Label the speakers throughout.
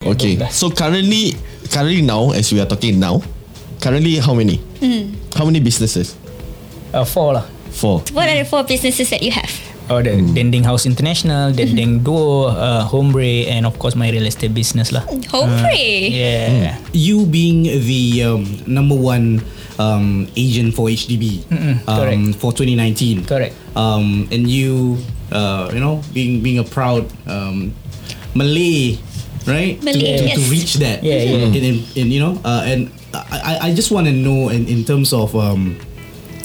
Speaker 1: Okay. So currently, currently now, as we are talking now, currently how many? Mm. How many businesses?
Speaker 2: Uh, four lah.
Speaker 1: Four.
Speaker 3: What are the four businesses that you have?
Speaker 2: Oh, the
Speaker 1: Hmm.
Speaker 2: Dending House International, Dending Duo, uh, Hombre, and of course my real estate business lah. Uh,
Speaker 3: Hombre.
Speaker 1: Hmm.
Speaker 2: Yeah.
Speaker 4: you being the um, number one um, agent for HDB
Speaker 2: Mm-mm,
Speaker 4: um,
Speaker 2: correct.
Speaker 4: for 2019.
Speaker 2: Correct.
Speaker 4: Um, and you, uh, you know, being being a proud um, Malay, right?
Speaker 3: Malay,
Speaker 4: to, to, to
Speaker 3: yes.
Speaker 4: reach that.
Speaker 2: Yeah, yeah.
Speaker 4: And, and, and, you know, uh, and I, I- I just want to know in, in terms of. Um,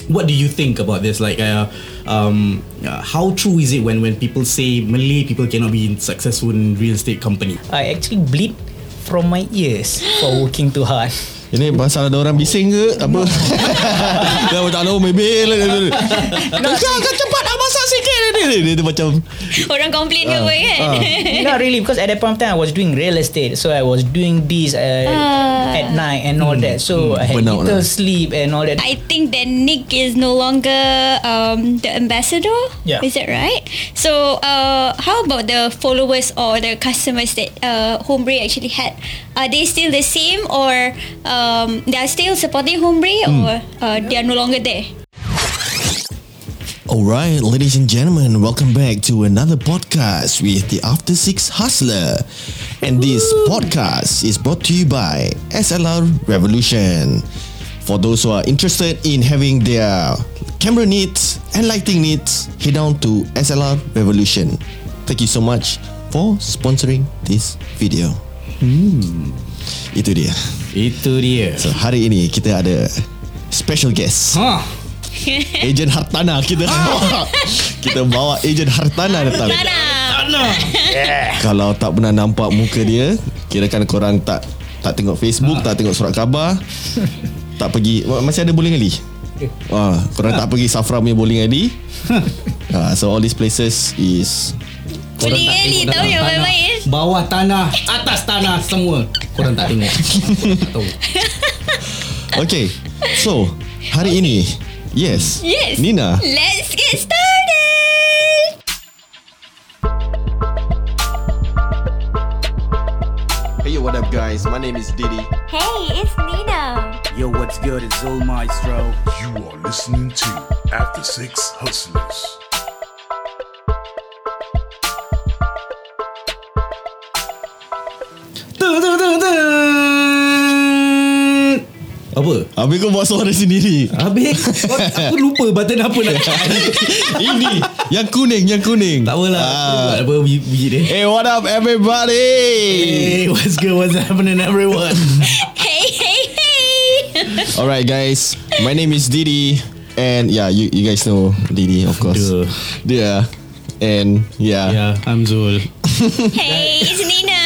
Speaker 4: what do you think about this? Like, uh, um, uh, how true is it when, when people say Malay people cannot be successful in real estate company?
Speaker 2: I actually bleed from my ears for working too hard.
Speaker 1: Ini pasal ada orang bising ke? Apa? Dah tak tahu maybe. Kacau, kau cepat nak masak sikit ni. Dia, dia, dia macam
Speaker 3: Orang complain ke apa kan?
Speaker 2: Not really because at that point of time I was doing real estate, so I was doing this uh, at night and all that. So I had
Speaker 1: Hmm. Burnout
Speaker 2: little
Speaker 1: lah.
Speaker 2: sleep and all that.
Speaker 3: I think that Nick is no longer um, the ambassador.
Speaker 2: Yeah.
Speaker 3: Is that right? So, uh, how about the followers or the customers that uh, Hombre actually had? Are they still the same or um, they are still supporting Hombre or uh, they are no longer there?
Speaker 1: Alright, ladies and gentlemen, welcome back to another podcast with the After Six Hustler. And this podcast is brought to you by SLR Revolution. For those who are interested in having their camera needs and lighting needs, head down to SLR Revolution. Thank you so much for sponsoring this video. Itu dia.
Speaker 4: Itu dia.
Speaker 1: So hari ini kita ada special guest.
Speaker 4: Huh.
Speaker 1: Ejen Hartana kita bawa. kita bawa Ejen Hartana datang.
Speaker 3: Nana.
Speaker 1: Kalau tak pernah nampak muka dia, kirakan korang tak tak tengok Facebook, tak tengok surat khabar, tak pergi ma- masih ada bowling alley. Ah, korang tak pergi Safra punya bowling alley. Ah, so all these places is
Speaker 3: Boleh kali tahu yang main-main.
Speaker 4: Bawah tanah Atas tanah Semua Korang tak tengok Korang tak tahu
Speaker 1: Okay So Hari ini Yes
Speaker 3: Yes.
Speaker 1: Nina
Speaker 3: Let's get started.
Speaker 1: Hey yo what up guys My name is Diddy
Speaker 3: Hey, it's Nina.
Speaker 5: Yo, what's good? It's Zul Maestro.
Speaker 6: You are listening to After Six Hustlers.
Speaker 4: Tun, tun, tun, tun. Apa?
Speaker 1: Habis kau buat suara sendiri
Speaker 4: Habis Kau- Aku lupa button apa nak Ini
Speaker 1: Yang kuning Yang kuning
Speaker 4: Tak apalah Aku
Speaker 1: Ah.
Speaker 4: buat Apa bi- biji dia
Speaker 1: Hey, what up, everybody?
Speaker 4: Hey, Eh, what's good? What's happening, everyone?
Speaker 3: Hey, hey, hey.
Speaker 1: All right, guys. My name is Didi, and yeah, you, you guys know Didi, of course.
Speaker 4: Duh.
Speaker 1: Yeah, and yeah.
Speaker 4: yeah, Ya, I'm Zul.
Speaker 3: hey, it's Nina.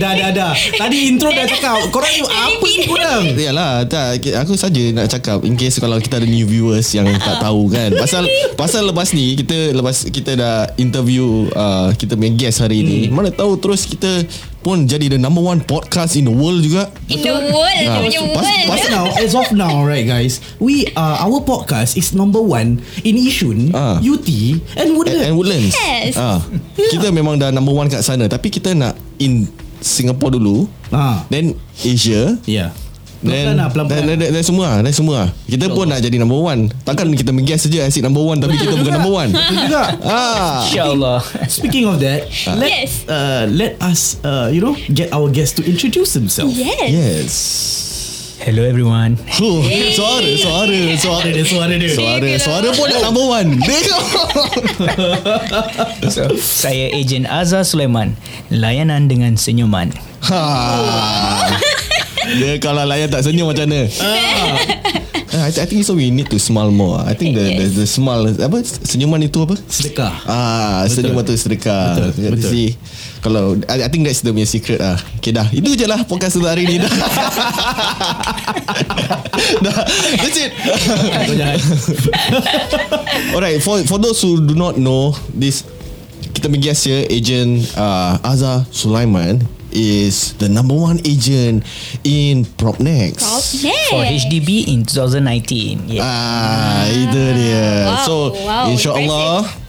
Speaker 4: dah, dah, dah. Tadi intro dah cakap. Korang ni apa ni korang?
Speaker 1: Ya lah, tak, ki- aku saja nak cakap in case kalau kita ada new viewers yang tak tahu kan. Pasal pasal lepas ni kita lepas kita dah interview uh, kita punya guest hari ini.
Speaker 4: Hmm.
Speaker 1: Mana tahu terus kita pun jadi the number one podcast in the world juga.
Speaker 3: In the world,
Speaker 1: Ah,
Speaker 3: dia punya
Speaker 1: pas-
Speaker 3: world.
Speaker 4: As now, as of now, right, guys, we uh, our podcast is number one in Yishun,
Speaker 1: Ah.
Speaker 4: UT, and Woodland.
Speaker 1: and, and Woodlands.
Speaker 3: Yes.
Speaker 1: Ah, Kita memang dah number one kat sana tapi kita nak in Singapore dulu.
Speaker 4: Ah.
Speaker 1: Then Asia.
Speaker 4: Yeah.
Speaker 1: Then,
Speaker 4: Pelan-pelan lah, pelan-pelan.
Speaker 1: then, then, then semua lah, Then semua lah. Kita pun nak jadi number one Takkan kita menggas saja Asyik number one Tapi kita bukan number one
Speaker 4: Juga.
Speaker 1: ah.
Speaker 2: Inshallah.
Speaker 4: Speaking of that, let,
Speaker 3: Yes.
Speaker 4: uh, let us, uh, you know, get our guests to introduce themselves.
Speaker 3: Yes.
Speaker 1: Yes
Speaker 2: Hello everyone.
Speaker 1: huh. Suara Suara Suara
Speaker 4: Ada suara dia.
Speaker 1: Suara Suara pun nak number one Dia kau
Speaker 2: So, saya Ejen Azhar Sulaiman. Layanan dengan senyuman.
Speaker 1: ha. Dia kalau layan tak senyum macam mana Ah, I, I think so we need to smile more I think the the, the smile Apa Senyuman itu apa
Speaker 4: Sedekah.
Speaker 1: Ah,
Speaker 4: Betul.
Speaker 1: senyum mata sedekah.
Speaker 4: Betul,
Speaker 1: Betul,
Speaker 4: betul.
Speaker 1: betul. See, kalau I, I think that's the punya secret ah. Okay dah. Itu je lah podcast untuk hari ni dah. dah. That's it.
Speaker 4: Kau jangan.
Speaker 1: Alright, for for those who do not know this kita pergi Asia agent uh, Azhar Sulaiman is the number one agent in Propnex.
Speaker 3: Propnex.
Speaker 2: For HDB in 2019. Yeah.
Speaker 1: Ah, itu dia.
Speaker 3: Wow,
Speaker 1: so,
Speaker 3: wow,
Speaker 1: insyaallah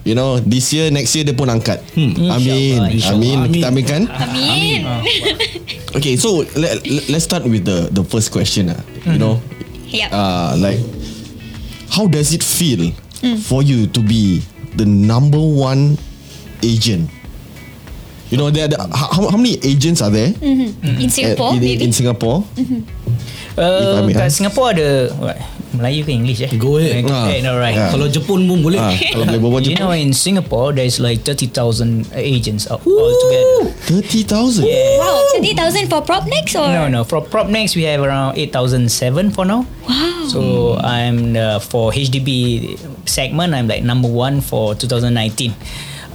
Speaker 1: You know This year Next year dia pun angkat hmm. Amin
Speaker 2: Insyaallah,
Speaker 1: Amin
Speaker 4: insyaallah.
Speaker 1: Kita aminkan
Speaker 3: Amin.
Speaker 1: uh, Okay so let, let- Let's start with the The first question lah. You know
Speaker 3: Yup.
Speaker 1: uh, Like How does it feel For you to be The number one Agent You know there, there how, how many agents are there
Speaker 3: In Mm-hmm. Singapore,
Speaker 1: uh, in, in,
Speaker 3: maybe.
Speaker 1: in Singapore If
Speaker 2: Uh,
Speaker 1: I may
Speaker 2: kat
Speaker 1: ask.
Speaker 2: Singapore ada what, Melayu ke English eh?
Speaker 4: Go ahead.
Speaker 2: Okay,
Speaker 1: Ah.
Speaker 2: alright.
Speaker 1: Ah.
Speaker 4: Kalau Jepun pun boleh.
Speaker 1: ah, Kalau boleh berbual
Speaker 2: You know, in Singapore, there's like 30,000 agents all altogether.
Speaker 1: 30,000
Speaker 3: Wow, 30,000 for prop next or?
Speaker 2: No, no. For Propnex, we have around 8,007 for now. Wow. So I'm uh, for HDB segment, I'm like number one for 2019.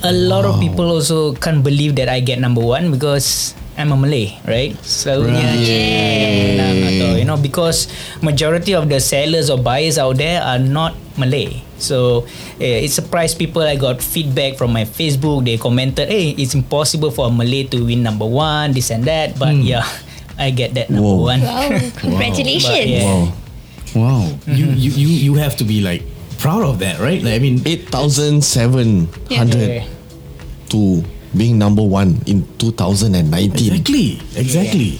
Speaker 2: A lot of people also can't believe that I get number one because I'm a Malay, right? So yeah, yeah. you know because majority of the sellers or buyers out there are not Malay. So eh, it surprised people. I got feedback from my Facebook. They commented, "Hey, it's impossible for a Malay to win number one, this and that." But yeah, I get that number
Speaker 1: Whoa.
Speaker 2: one.
Speaker 3: Wow,
Speaker 2: But,
Speaker 3: congratulations.
Speaker 2: yeah.
Speaker 1: Oh, Wow
Speaker 4: Wow. You you you you have to be like proud of that, right? Like I mean,
Speaker 1: 8,700
Speaker 2: Yeah.
Speaker 1: to being number one in 2019.
Speaker 4: Exactly, exactly.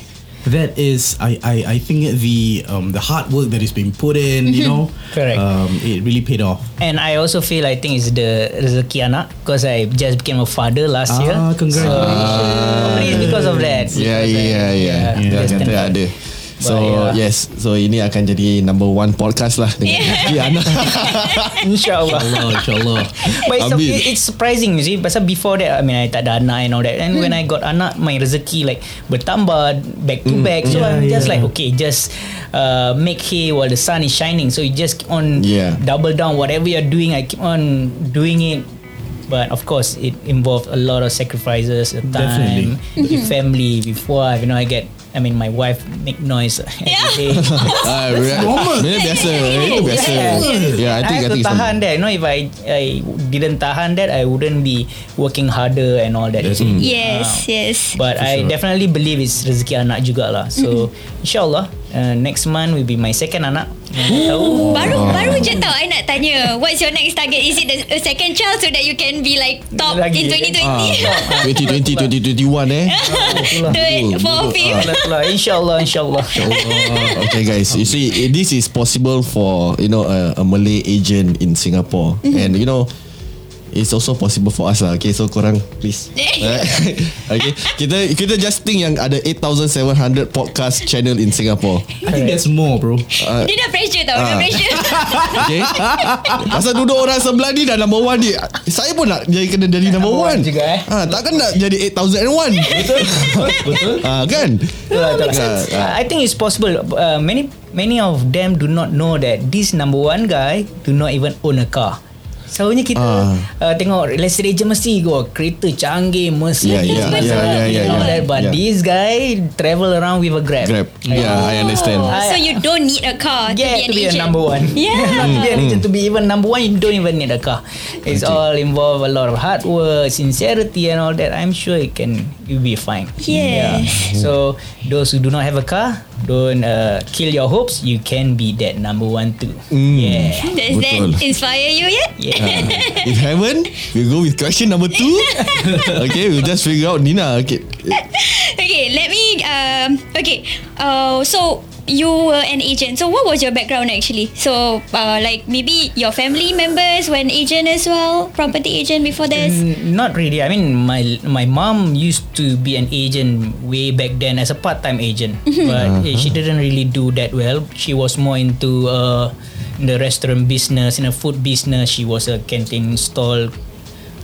Speaker 4: That is, I, I, I think the um, the hard work that is being put in, you know,
Speaker 2: Correct.
Speaker 4: Um, it really paid off.
Speaker 2: And I also feel I think it's the rezeki anak because I just became a father last
Speaker 4: Ah,
Speaker 2: year.
Speaker 4: congratulations.
Speaker 2: So, probably it's because of that.
Speaker 1: Yeah, yeah, yeah, yeah.
Speaker 2: Yeah,
Speaker 1: Dia kata
Speaker 2: definitely.
Speaker 1: ada. So
Speaker 2: But, yeah.
Speaker 1: yes, so ini akan jadi number one podcast lah dengan yeah. Diana.
Speaker 2: Insyaallah.
Speaker 4: Allah, inshallah.
Speaker 2: But it's,
Speaker 1: Amin.
Speaker 2: it- it's surprising you see Pasal before that I mean I tak ada anak and all that And when I got anak My rezeki like Bertambah Back to back So I'm just like Okay just uh, Make hay while the sun is shining So you just keep on
Speaker 1: Yeah.
Speaker 2: Double down Whatever you're doing I keep on doing it But of course It involved a lot of sacrifices the Time
Speaker 4: Definitely.
Speaker 2: with family With wife You know I get I mean my wife Make noise every day
Speaker 1: Ah, right. Benda biasa, benda biasa. Yeah, I think I,
Speaker 2: have
Speaker 1: think
Speaker 2: to
Speaker 1: it's
Speaker 2: tahan
Speaker 1: normal.
Speaker 2: that. You know, if I I didn't tahan that, I wouldn't be working harder and all that. Mm.
Speaker 4: Mm.
Speaker 3: Yes, yes.
Speaker 2: But I definitely believe it's rezeki anak jugalah. So insyaallah uh, next month will be my second anak. Yang tak tahu.
Speaker 3: Baru baru je tau I nak tanya What's your next target Is it the a second child So that you can be like Top
Speaker 2: Lagi,
Speaker 3: in 2020
Speaker 1: Ah, 2020, 2021 eh.
Speaker 3: Third,
Speaker 2: Lah,
Speaker 3: fourth, fifth
Speaker 2: lah, lah. Insyaallah insyaallah.
Speaker 1: Oh, okay guys, you see eh, this is possible for you know a, a Malay agent in Singapore and you know it's also possible for us lah. Okay, so korang please. Alright? okay, kita kita just think yang ada 8,700 podcast channel in Singapore.
Speaker 4: I think that's more, bro.
Speaker 3: Dia dah pressure tau Dia
Speaker 1: Ah.
Speaker 3: dah pressure
Speaker 1: Okay. Pasal duduk orang sebelah ni dah number one ni. Saya pun nak jadi kena jadi number,
Speaker 2: number
Speaker 1: one.
Speaker 2: one juga, eh.
Speaker 1: Ha, takkan nak jadi 8,001. Betul. Betul. Ha, kan?
Speaker 2: Betul lah, betul lah.
Speaker 1: Ah, ah.
Speaker 2: I think it's possible. Uh, many many of them do not know that this number one guy do not even own a car. Selalunya kita
Speaker 1: Ah.
Speaker 2: uh, tengok real estate agent mesti go kereta canggih
Speaker 1: Yeah,
Speaker 2: Mercedes
Speaker 1: yeah,
Speaker 2: Benz,
Speaker 1: yeah, yeah, yeah,
Speaker 2: and all
Speaker 1: yeah.
Speaker 2: that. But
Speaker 1: Yeah.
Speaker 2: this guy travel around with a Grab.
Speaker 1: ya,
Speaker 2: Ah.
Speaker 1: Grab. ya. Yeah, I understand.
Speaker 3: Oh, So
Speaker 2: I-
Speaker 3: you don't need a car
Speaker 2: Yeah, to be, a
Speaker 3: agent.
Speaker 2: number one.
Speaker 3: Yeah.
Speaker 2: to be an agent, to be even number one, you don't even need a car. It's all involve a lot of hard work, sincerity, and all that. I'm sure it can. You'll be fine.
Speaker 3: Yes.
Speaker 2: So those who do not have a car, don't uh, kill your hopes. You can be that number one too. Yeah.
Speaker 3: Does that
Speaker 1: Betul.
Speaker 3: inspire you yet?
Speaker 2: Yeah.
Speaker 1: If haven't, we'll go with question number two. okay, we'll just figure out Nina. Okay.
Speaker 3: Okay, let me. Um, okay, uh, so you were an agent. So what was your background actually? So uh, like maybe your family members were an agent as well, property agent before this.
Speaker 2: N- Not really. I mean, my my mom used to be an agent way back then as a part-time agent, but eh, she didn't really do that well. She was more into uh, in the restaurant business, in the food business. She was a canteen stall,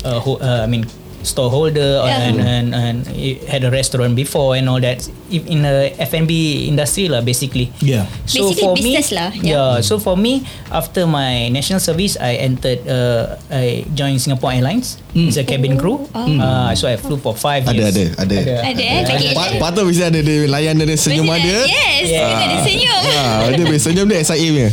Speaker 2: uh, ho- uh, I mean, store holder,
Speaker 3: Yeah.
Speaker 2: and, and and eh, had a restaurant before and all that. If- In the F and B industry lah, basically.
Speaker 4: Yeah.
Speaker 3: Basically business lah,
Speaker 2: Yeah. So for me, after my national service, I entered. Uh, I joined Singapore Airlines. It's a cabin crew. Uh, so I flew for five
Speaker 1: Hmm. Ada,
Speaker 2: years.
Speaker 1: ada, ada.
Speaker 3: Oh, Ada eh, bagi
Speaker 1: Pa-
Speaker 3: agent.
Speaker 1: patut mesti ada dia layan dia senyum ada.
Speaker 3: Yes,
Speaker 2: Yeah.
Speaker 3: yeah. ada senyum.
Speaker 1: Ha, dia boleh senyum dia SIA punya.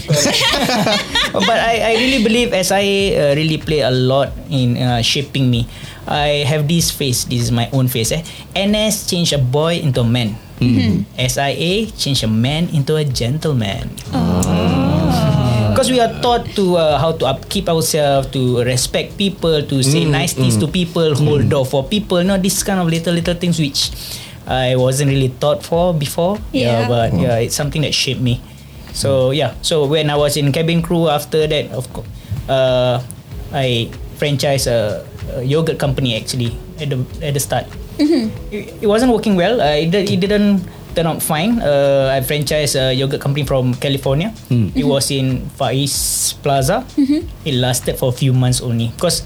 Speaker 2: but I, I really believe SIA uh, really play a lot in uh, shaping me. I have this face. This is my own face. Eh? NS changed a boy into a man. SIA changed a man into a gentleman. because we are taught to uh, how to upkeep ourselves, to respect people, to say nice things to people, hold door for people. You know, this kind of little little things which I wasn't really taught for before.
Speaker 3: Yeah.
Speaker 2: but yeah, it's something that shaped me. So yeah, so when I was in cabin crew, after that, of course, uh, I franchised a, a yogurt company actually at the at the start. It, it wasn't working well. Uh, it, di- it didn't turn out fine. Uh, I franchised a yogurt company from California. It was in Far East Plaza. It lasted for a few months only because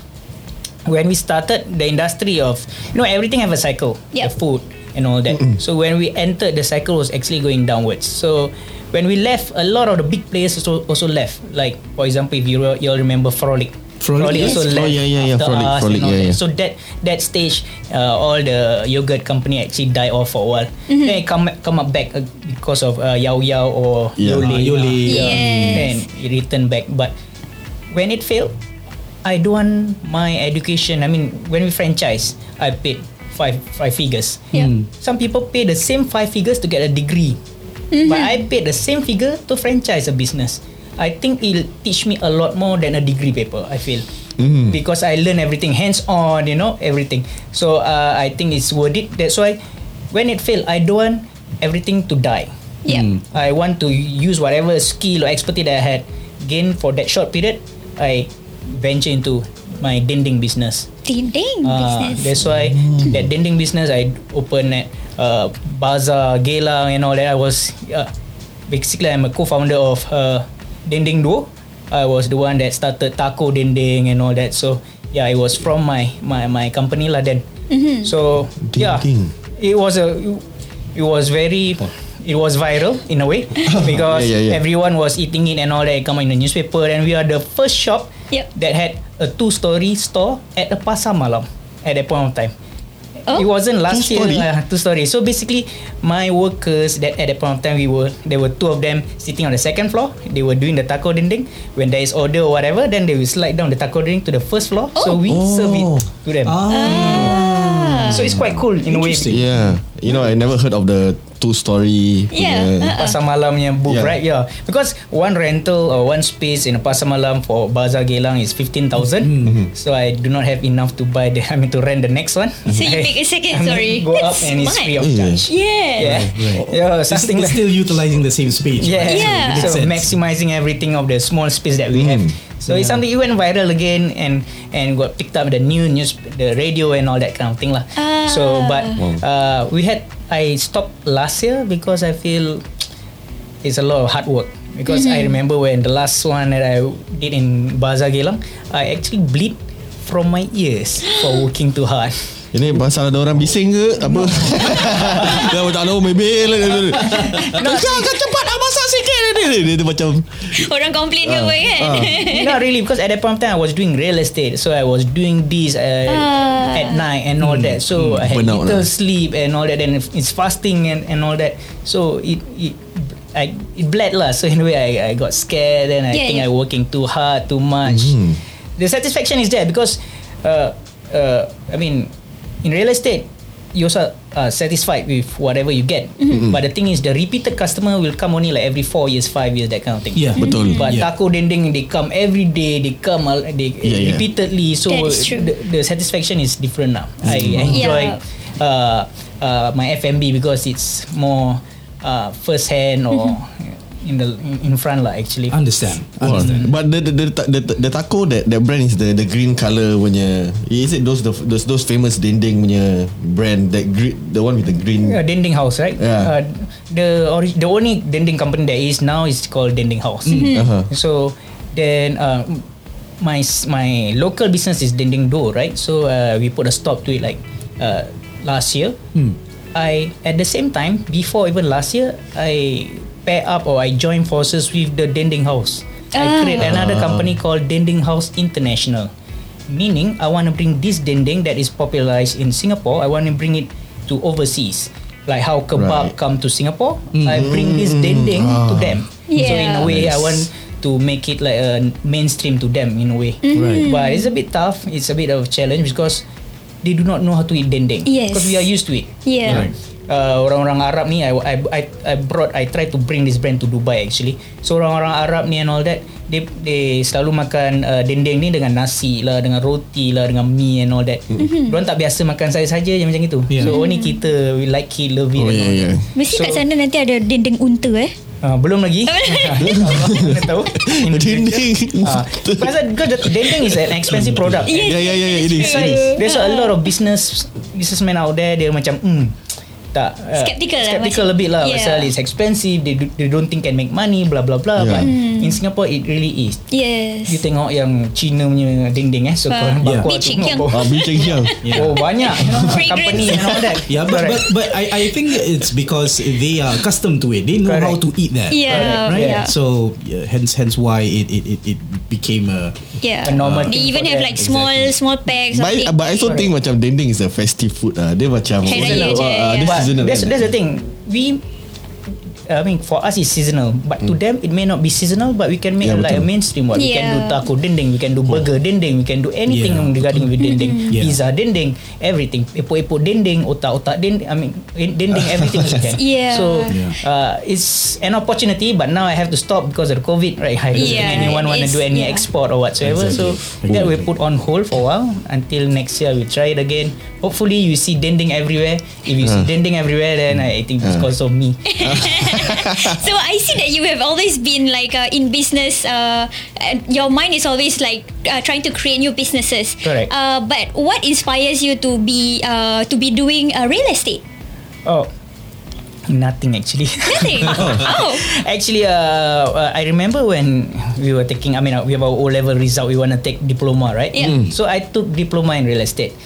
Speaker 2: when we started the industry of you know everything have a cycle
Speaker 3: Yep.
Speaker 2: the food and all that so when we entered the cycle was actually going downwards so when we left a lot of the big players also, also left like for example if you re- you'll remember Frolic
Speaker 4: Frolic, yes.
Speaker 2: also
Speaker 1: Oh,
Speaker 2: left
Speaker 1: yeah, yeah, yeah,
Speaker 2: after
Speaker 1: Frolic,
Speaker 2: us and
Speaker 1: Frolic,
Speaker 2: all
Speaker 1: yeah,
Speaker 2: that.
Speaker 1: yeah.
Speaker 2: so that that stage uh, all the yogurt company actually died off for a while then it come come up back uh, because of uh, Yao Yao or
Speaker 1: Yeah.
Speaker 2: Yole,
Speaker 4: Ah, Yole,
Speaker 3: yeah. Yes.
Speaker 2: and it returned back but when it failed I don't want my education I mean when we franchise I paid five five figures
Speaker 3: Yeah.
Speaker 2: some people pay the same five figures to get a degree but I paid the same figure to franchise a business I think it'll teach me a lot more than a degree paper I feel because I learn everything hands on you know everything so uh, I think it's worth it that's why when it failed I don't want everything to die
Speaker 3: Yeah.
Speaker 2: I want to use whatever skill or expertise that I had gained for that short period. I venture into my dinding business.
Speaker 3: Dinding
Speaker 2: Ah,
Speaker 3: business.
Speaker 2: that's why
Speaker 1: Hmm.
Speaker 2: that dinding business I opened at uh, Bazaar, Geylang and all that. I was uh, basically I'm a co-founder of uh, Dinding Duo. I was the one that started Taco Dinding and all that. So yeah, it was from my my, my company lah then.
Speaker 3: Mm-hmm.
Speaker 2: So yeah,
Speaker 1: Dinding.
Speaker 2: it was a it was very it was viral in a way because
Speaker 1: Yeah, yeah, yeah.
Speaker 2: everyone was eating it and all that. It come in the newspaper and we are the first shop
Speaker 3: Yep.
Speaker 2: that had a two-story store at a pasar malam at that point of time.
Speaker 3: Oh.
Speaker 2: It wasn't last year.
Speaker 1: Two-story?
Speaker 2: Uh, two story. So basically, my workers that at that point of time we were there were two of them sitting on the second floor. They were doing the taco dinding. When there is order or whatever, then they will slide down the taco dinding to the first floor. So we serve it
Speaker 1: Oh.
Speaker 2: to them.
Speaker 3: Ah.
Speaker 2: So it's quite cool in a way.
Speaker 4: Interesting.
Speaker 1: Yeah, you know, I never heard of the two-story.
Speaker 3: Yeah, uh-uh. uh.
Speaker 1: punya-
Speaker 2: Pasar malam yang book
Speaker 1: Yeah.
Speaker 2: right yeah because one rental or one space in a pasar malam for Bazaar Geylang is 15,000
Speaker 4: Mm-hmm.
Speaker 2: so I do not have enough to buy the I mean to rent the next one
Speaker 3: So you pick a
Speaker 2: I
Speaker 3: second,
Speaker 2: mean,
Speaker 3: sorry.
Speaker 2: go up
Speaker 3: That's
Speaker 2: and it's
Speaker 3: smart.
Speaker 2: free of
Speaker 1: Yeah.
Speaker 2: charge
Speaker 3: Yeah.
Speaker 2: yeah yeah something
Speaker 4: It's
Speaker 2: like
Speaker 4: still utilizing the same space.
Speaker 2: yeah,
Speaker 4: right?
Speaker 2: so
Speaker 3: Yeah.
Speaker 4: So it makes sense. Mm.
Speaker 2: maximizing everything of the small space that we have so it's something it went viral again and and got picked up the new news the radio and all that kind of thing lah
Speaker 3: Ah.
Speaker 2: so but uh, we had I stopped last year because I feel it's a lot of hard work because
Speaker 3: Mm-hmm.
Speaker 2: I remember when the last one that I did in Bazaar Geylang I actually bleed from my ears for working too hard
Speaker 1: Ini pasal ada orang bising ke? Apa? Dia macam tak tahu maybe. Kau kau cepat nak masak sikit ni. Dia, dia, dia macam
Speaker 3: Orang complain ke apa kan?
Speaker 2: not really because at that point of time I was doing real estate so I was doing this uh,
Speaker 3: Ah.
Speaker 2: at night and all that so I had
Speaker 1: Burnout
Speaker 2: little
Speaker 1: lah.
Speaker 2: sleep and all that and it's fasting and, and all that so it it I it bled lah so anyway I, I got scared and I
Speaker 3: Yeah,
Speaker 2: think
Speaker 3: yeah.
Speaker 2: I working too hard too much the satisfaction is there because uh, uh, I mean in real estate you also are satisfied with whatever you get but the thing is the repeated customer will come only like every 4 years 5 years that kind of thing
Speaker 4: Yeah.
Speaker 1: Betul.
Speaker 2: but
Speaker 4: Yeah.
Speaker 2: taco dendeng they come every day. They come uh, they
Speaker 1: Yeah, yeah.
Speaker 2: repeatedly. So
Speaker 3: That is true.
Speaker 2: the, the satisfaction is different now. I enjoy uh, uh, my FMB because it's more uh, first hand or in the in, in front lah actually.
Speaker 4: Understand.
Speaker 1: Wah,
Speaker 4: Understand.
Speaker 1: But the the, the the the taco that that brand is the the green color punya. Is it those the those those famous dinding punya brand that green the one with the green?
Speaker 2: Uh, Dending House, right?
Speaker 1: Yeah.
Speaker 2: Uh, the ori- the only dending company there is now is called Dending House.
Speaker 1: Uh-huh.
Speaker 2: So then uh, my s- my local business is Dending Do, right? So uh, we put a stop to it like uh, last year.
Speaker 1: Hmm.
Speaker 2: I at the same time before even last year I pair up or I join forces with the Dending House. I create another company called Dending House International. Meaning I want to bring this dending that is popularized in Singapore, I want to bring it to overseas. Like how kebab
Speaker 1: Right.
Speaker 2: come to Singapore, I bring this dending to them. So in a
Speaker 3: Yeah.
Speaker 2: way I want to make it like a mainstream to them in a way.
Speaker 4: Right.
Speaker 2: But it's a bit tough, it's a bit of a challenge because they do not know how to eat dending.
Speaker 3: Yes.
Speaker 2: Because we are used to it.
Speaker 3: Yeah.
Speaker 4: Right.
Speaker 2: uh, orang-orang Arab ni I, I I I brought I try to bring this brand to Dubai actually. So orang-orang Arab ni and all that they they selalu makan uh, dendeng ni dengan nasi lah, dengan roti lah, dengan mie and all that. Mm-hmm. Diorang tak biasa makan saya saja je macam itu.
Speaker 4: Yeah.
Speaker 2: Yeah. So only kita we like it, love it.
Speaker 1: Oh
Speaker 2: and
Speaker 1: yeah
Speaker 2: all
Speaker 1: yeah.
Speaker 2: that.
Speaker 3: Mesti kat
Speaker 2: So-
Speaker 3: sana nanti ada dinding unta eh.
Speaker 2: Uh, belum lagi. Mana tahu?
Speaker 1: Dinding.
Speaker 2: Ah, pasal kau dendeng is an expensive product.
Speaker 1: Yeah yeah yeah yeah. It is. It
Speaker 2: So,
Speaker 3: Eh,
Speaker 1: is.
Speaker 2: there's a lot of business businessmen out there dia macam hmm tak uh,
Speaker 3: Skeptical lah
Speaker 2: skeptical a
Speaker 3: macam-
Speaker 2: bit lah
Speaker 3: Yeah.
Speaker 2: pasal it's expensive they, do- they don't think can make money blah blah blah
Speaker 1: Yeah.
Speaker 2: but
Speaker 3: Hmm.
Speaker 2: in Singapore it really is
Speaker 3: Yes.
Speaker 2: you tengok yang Cina punya dinding eh so
Speaker 3: Faham.
Speaker 2: korang bakwa
Speaker 4: Yeah.
Speaker 3: Uh, Big
Speaker 2: tu
Speaker 3: chicken.
Speaker 2: oh,
Speaker 1: Ah, bincang siang.
Speaker 2: oh banyak you know,
Speaker 3: Fragrance.
Speaker 2: company and all that
Speaker 4: Yeah,
Speaker 2: Correct.
Speaker 4: but, but but I I think it's because they are accustomed to it. They know how to
Speaker 2: Correct.
Speaker 4: eat that.
Speaker 3: Yeah, yeah.
Speaker 4: Right. So yeah, hence hence why it it, it, it became a
Speaker 3: Yeah.
Speaker 2: A normal
Speaker 3: They
Speaker 2: thing
Speaker 3: even
Speaker 2: for
Speaker 3: have
Speaker 2: them.
Speaker 3: like small small packs. of
Speaker 1: But I,
Speaker 3: thing.
Speaker 1: but I also think macam dinding is a festive food ah. Dia macam
Speaker 3: Hari
Speaker 1: oh,
Speaker 3: Raya je,
Speaker 1: ah,
Speaker 3: yeah.
Speaker 1: Dia
Speaker 2: But
Speaker 1: seasonal.
Speaker 2: that's,
Speaker 1: kan?
Speaker 2: that's the thing we I mean for us it's seasonal but to them it may not be seasonal but we can make
Speaker 1: Yeah,
Speaker 2: like
Speaker 1: betul.
Speaker 2: a mainstream what we can do
Speaker 3: Yeah.
Speaker 2: taco dinding we can do burger dinding we can do anything
Speaker 4: Yeah,
Speaker 2: regarding with
Speaker 3: Mm-hmm.
Speaker 2: dinding
Speaker 4: Yeah.
Speaker 2: pizza dinding everything epok-epok dinding otak-otak dinding I mean in- dinding everything we can
Speaker 3: Yeah.
Speaker 2: so
Speaker 4: Yeah.
Speaker 2: uh, it's an opportunity but now I have to stop because of the COVID right I don't
Speaker 3: Yeah,
Speaker 2: think anyone want to
Speaker 3: it's-
Speaker 2: do any
Speaker 3: yeah.
Speaker 2: export or whatsoever so that we put on hold for a while until next year we try it again hopefully you see dending everywhere if you see dending everywhere then I think it's because of me
Speaker 3: so I see that you have always been like uh, in business. Uh, and your mind is always like uh, trying to create new businesses.
Speaker 2: Correct.
Speaker 3: Uh, but what inspires you to be uh, to be doing uh, real estate?
Speaker 2: oh nothing actually
Speaker 3: Nothing. oh.
Speaker 2: Actually, uh, uh, I remember when we were taking. I mean, uh, we have our O level result. We want to take diploma, right?
Speaker 3: Yeah. Mm.
Speaker 2: So I took diploma in real estate,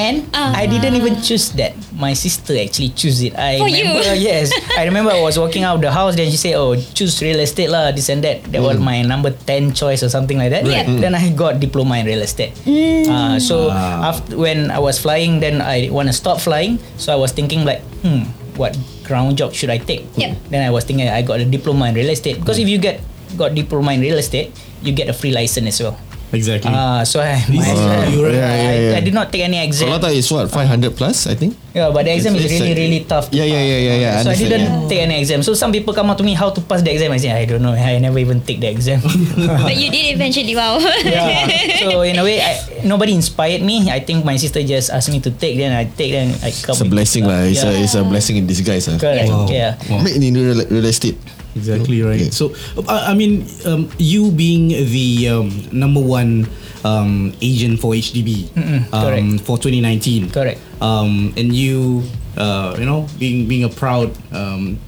Speaker 2: and
Speaker 3: Ah.
Speaker 2: I didn't even choose that. My sister actually choose it. I
Speaker 3: For you.
Speaker 2: remember, yes, I remember I was walking out of the house. Then she said, "Oh, choose real estate lah, this and that." That was my number ten choice or something like that.
Speaker 3: Right. Mm. Yeah.
Speaker 2: Then I got diploma in real estate. Uh, so after when I was flying, then I want to stop flying. So I was thinking like, hmm, what ground job should I take?
Speaker 3: Yep.
Speaker 2: Then I was thinking I got a diploma in real estate because if you get got diploma in real estate, you get a free license as well.
Speaker 4: exactly.
Speaker 1: Hmm.
Speaker 2: Ah, so I, my,
Speaker 1: Ah,
Speaker 4: You were-
Speaker 1: yeah, yeah, yeah.
Speaker 2: I, I did not take any exam.
Speaker 1: Kalau tak is what 500 plus I think.
Speaker 2: Yeah, but the exam
Speaker 1: It's- it's
Speaker 2: is really
Speaker 1: like-
Speaker 2: really tough. to
Speaker 1: Yeah, yeah,
Speaker 2: pass.
Speaker 1: yeah, yeah, yeah, I
Speaker 2: So I
Speaker 1: understand,
Speaker 2: didn't take any exam. So some people come up to me how to pass the exam. I say I don't know. I never even take the exam.
Speaker 3: Oh. But you did eventually. Wow.
Speaker 2: yeah. So in a way, I, nobody inspired me. I think my sister just asked me to take. Then I take. Then I come.
Speaker 1: It's a
Speaker 2: with-
Speaker 1: blessing lah. It's a
Speaker 2: Yeah.
Speaker 1: it's a blessing in disguise ah.
Speaker 2: Correct.
Speaker 4: Wow.
Speaker 2: Yeah.
Speaker 1: Made in real, real estate.
Speaker 4: Exactly right.
Speaker 1: Yeah.
Speaker 4: So, I, I mean, um, you being the um, number one um, agent for HDB
Speaker 2: correct.
Speaker 4: um, for 2019,
Speaker 2: Correct.
Speaker 4: Um, and you, uh, you know, being being a proud um,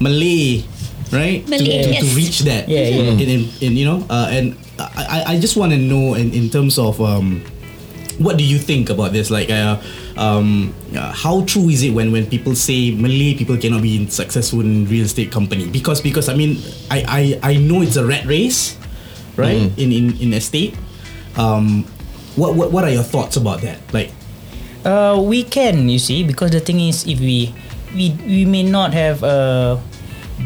Speaker 4: Malay, right? To-
Speaker 3: Malay,
Speaker 4: to, to,
Speaker 3: yes.
Speaker 4: reach that,
Speaker 2: Yeah, yeah.
Speaker 4: And, and, and, you know, uh, and I, I- I just want to know, in, in terms of. Um, what do you think about this? Like, uh, um, uh, how true is it when, when people say Malay people cannot be successful in real estate company? Because because I mean, I I, I know it's a rat race, right? In, in in estate. Um, what, what what are your thoughts about that? Like,
Speaker 2: Uh, we can, you see, because the thing is, if we we we may not have a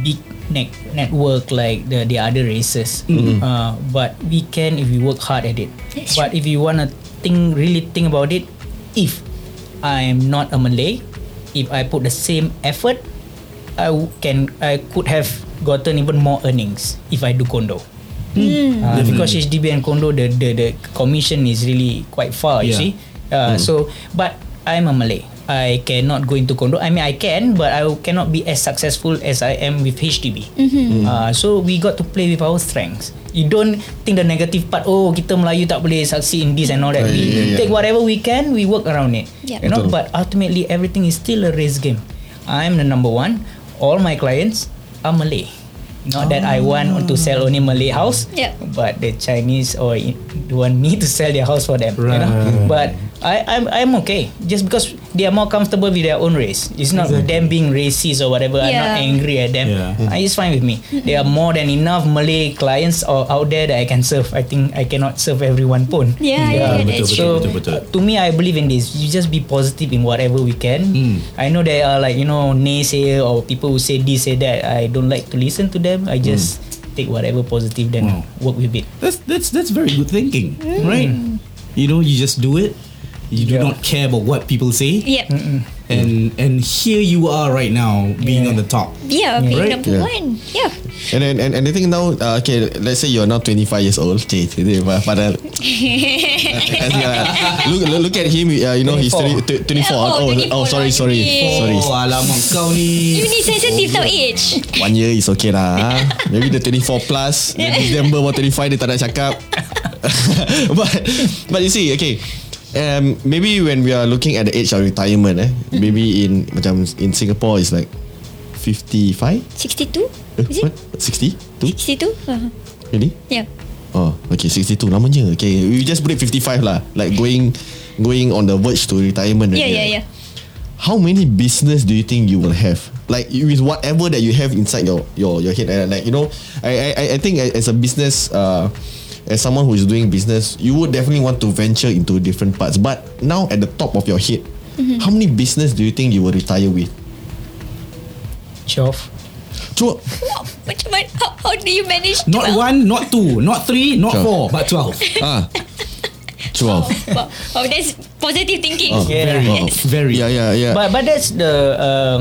Speaker 2: big net network like the the other races, uh, but we can if we work hard at it.
Speaker 3: That's
Speaker 2: but if you wanna think, really think about it, if I am not a Malay, if I put the same effort, I w- can I could have gotten even more earnings if I do condo. Uh, because HDB and condo the, the the commission is really quite far you
Speaker 4: Yeah.
Speaker 2: see
Speaker 1: Mm.
Speaker 2: uh, so but I'm a Malay I cannot go into condo I mean I can but I cannot be as successful as I am with HDB
Speaker 1: Mm.
Speaker 2: uh, so we got to play with our strengths you don't think the negative part oh kita Melayu tak boleh succeed in this and all that
Speaker 1: Yeah,
Speaker 2: we
Speaker 1: yeah, yeah.
Speaker 2: take whatever we can we work around it
Speaker 3: Yeah.
Speaker 2: you know
Speaker 1: Betul.
Speaker 2: but ultimately everything is still a race game I'm the number one all my clients are Malay not that I want to sell only Malay house
Speaker 3: Yep.
Speaker 2: but the Chinese or in- want me to sell their house for them. You know? But I, I'm I'm okay just because they are more comfortable with their own race. It's not them being racist or whatever. I'm not
Speaker 3: Yeah.
Speaker 2: angry at them.
Speaker 4: Yeah.
Speaker 2: Uh, It's fine with me. There are more than enough Malay clients or out there that I can serve. I think I cannot serve everyone pun.
Speaker 3: yeah, yeah, yeah, that's
Speaker 2: So
Speaker 3: true.
Speaker 4: betul, betul, betul.
Speaker 2: uh, to me, I believe in this. You just be positive in whatever we can.
Speaker 4: Hmm.
Speaker 2: I know there are like you know naysayer or people who say this say that. I don't like to listen to them. I just take whatever positive then
Speaker 4: Hmm. Wow.
Speaker 2: work with it.
Speaker 4: that's that's that's very good thinking, right? You know, you just do it. You do
Speaker 2: Mm. Yeah.
Speaker 4: not care about what people say.
Speaker 3: Yep.
Speaker 4: Hmm. and and here you are right now being on the top.
Speaker 3: Yeah, being
Speaker 4: Right?
Speaker 3: number
Speaker 1: Yeah.
Speaker 3: one. Yeah.
Speaker 1: And then and, and I think now uh, okay let's say you're now 25 years old okay pada look, look look at him uh, you know he's 30, 24 oh, oh, sorry sorry sorry
Speaker 4: Oh, alamak kau ni.
Speaker 3: You need sensitive tau age.
Speaker 1: one year is okay lah ah. maybe the 24 plus the December about 25 dia tak nak cakap but but you see okay um, maybe when we are looking at the age of retirement eh
Speaker 3: Mm-hmm.
Speaker 1: maybe in macam in Singapore is like 55
Speaker 3: 62?
Speaker 1: eh,
Speaker 3: Is it?
Speaker 1: what 60 2
Speaker 3: 62? Uh-huh.
Speaker 1: really
Speaker 3: Yeah.
Speaker 1: Oh, okay, 62 lama je. Okay, we just break 55 lah. Like going going on the verge to retirement.
Speaker 3: Yeah,
Speaker 1: already, right?
Speaker 3: yeah, yeah.
Speaker 1: How many business do you think you will have? Like with whatever that you have inside your your your head, and like you know, I I I- I think as a business, uh, as someone who is doing business, you would definitely want to venture into different parts. But now at the top of your head,
Speaker 3: Mm-hmm.
Speaker 1: how many business do you think you will retire with?
Speaker 2: Chof.
Speaker 1: Cuma
Speaker 3: Wow, macam mana? How, how do you manage
Speaker 4: Not
Speaker 3: 12?
Speaker 4: one, not two, not three, not
Speaker 1: Sure.
Speaker 4: four, but twelve.
Speaker 1: ah, twelve.
Speaker 3: Wow, wow, Oh, that's positive thinking.
Speaker 1: Oh,
Speaker 2: Yeah.
Speaker 1: very, oh,
Speaker 4: Very.
Speaker 1: Yeah, yeah, yeah.
Speaker 2: But but that's the uh,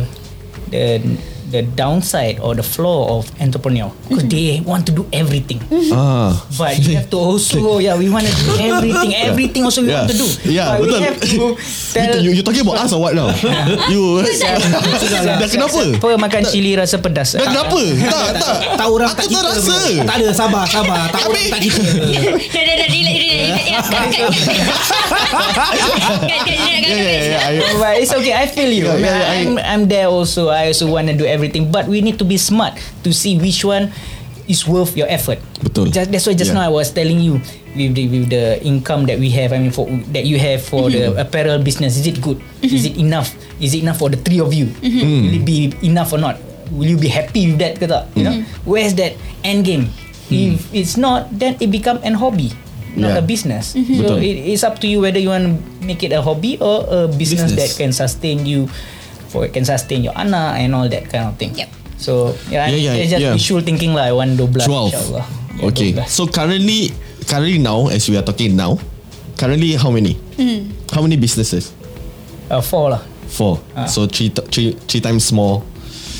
Speaker 2: the the downside or the flaw of entrepreneur.
Speaker 1: Mm-hmm.
Speaker 2: Because they want to do everything.
Speaker 1: ah.
Speaker 2: But you have to also yeah we want to do everything everything also we
Speaker 1: Yeah.
Speaker 2: want to do.
Speaker 1: Yeah,
Speaker 2: but
Speaker 1: betul.
Speaker 2: We have to tell
Speaker 1: You, you talking about us or what now? you eh? Dah kenapa?
Speaker 2: Siapa makan cili rasa pedas?
Speaker 1: Dah kenapa? Tak, tak.
Speaker 4: Tak orang
Speaker 1: Aku
Speaker 4: tak
Speaker 1: tak
Speaker 4: kita.
Speaker 1: rasa.
Speaker 4: bro. Tak ada, sabar, sabar. Tak orang tak kita.
Speaker 3: Dah, dah, dah, relax, relax, relax. Ya, cut, cut, cut. Cut, cut, relax,
Speaker 1: Yeah,
Speaker 3: cut,
Speaker 1: yeah,
Speaker 3: cut.
Speaker 1: yeah. I-
Speaker 2: But it's okay. I feel you.
Speaker 1: Yeah, yeah, yeah, I-
Speaker 2: I'm, I'm there also. I also want to do everything. But we need to be smart to see which one is worth your effort.
Speaker 1: Betul.
Speaker 2: Just, that's why just
Speaker 1: Yeah.
Speaker 2: now I was telling you with the, with the income that we have. I mean, for that you have for the
Speaker 1: Mm-hmm.
Speaker 2: apparel business, is it good? Is it enough? Is it enough for the three of you?
Speaker 1: Mm-hmm.
Speaker 2: Will
Speaker 1: Mm.
Speaker 2: it be enough or not? Will you be happy with that? ke tak? You know,
Speaker 1: Mm-hmm.
Speaker 2: where's that end game? If it's not, then it become an hobby, not
Speaker 1: Mm. Yeah.
Speaker 2: a business. So
Speaker 1: Betul.
Speaker 2: it, it's up to you whether you want to make it a hobby or a business,
Speaker 4: Business.
Speaker 2: that can sustain you for can sustain your anak and all that kind of thing.
Speaker 3: Yep.
Speaker 2: So yeah,
Speaker 1: Yeah,
Speaker 2: yeah,
Speaker 1: yeah,
Speaker 2: it's just
Speaker 1: yeah.
Speaker 2: visual thinking lah. I want 12
Speaker 1: 12.
Speaker 2: insyaAllah. Yeah,
Speaker 1: Okay.
Speaker 2: 12.
Speaker 1: So currently, currently now, as we are talking now, currently how many?
Speaker 3: Hmm.
Speaker 1: How many businesses?
Speaker 2: Uh, four lah.
Speaker 1: Four. So three, t- three, three times more.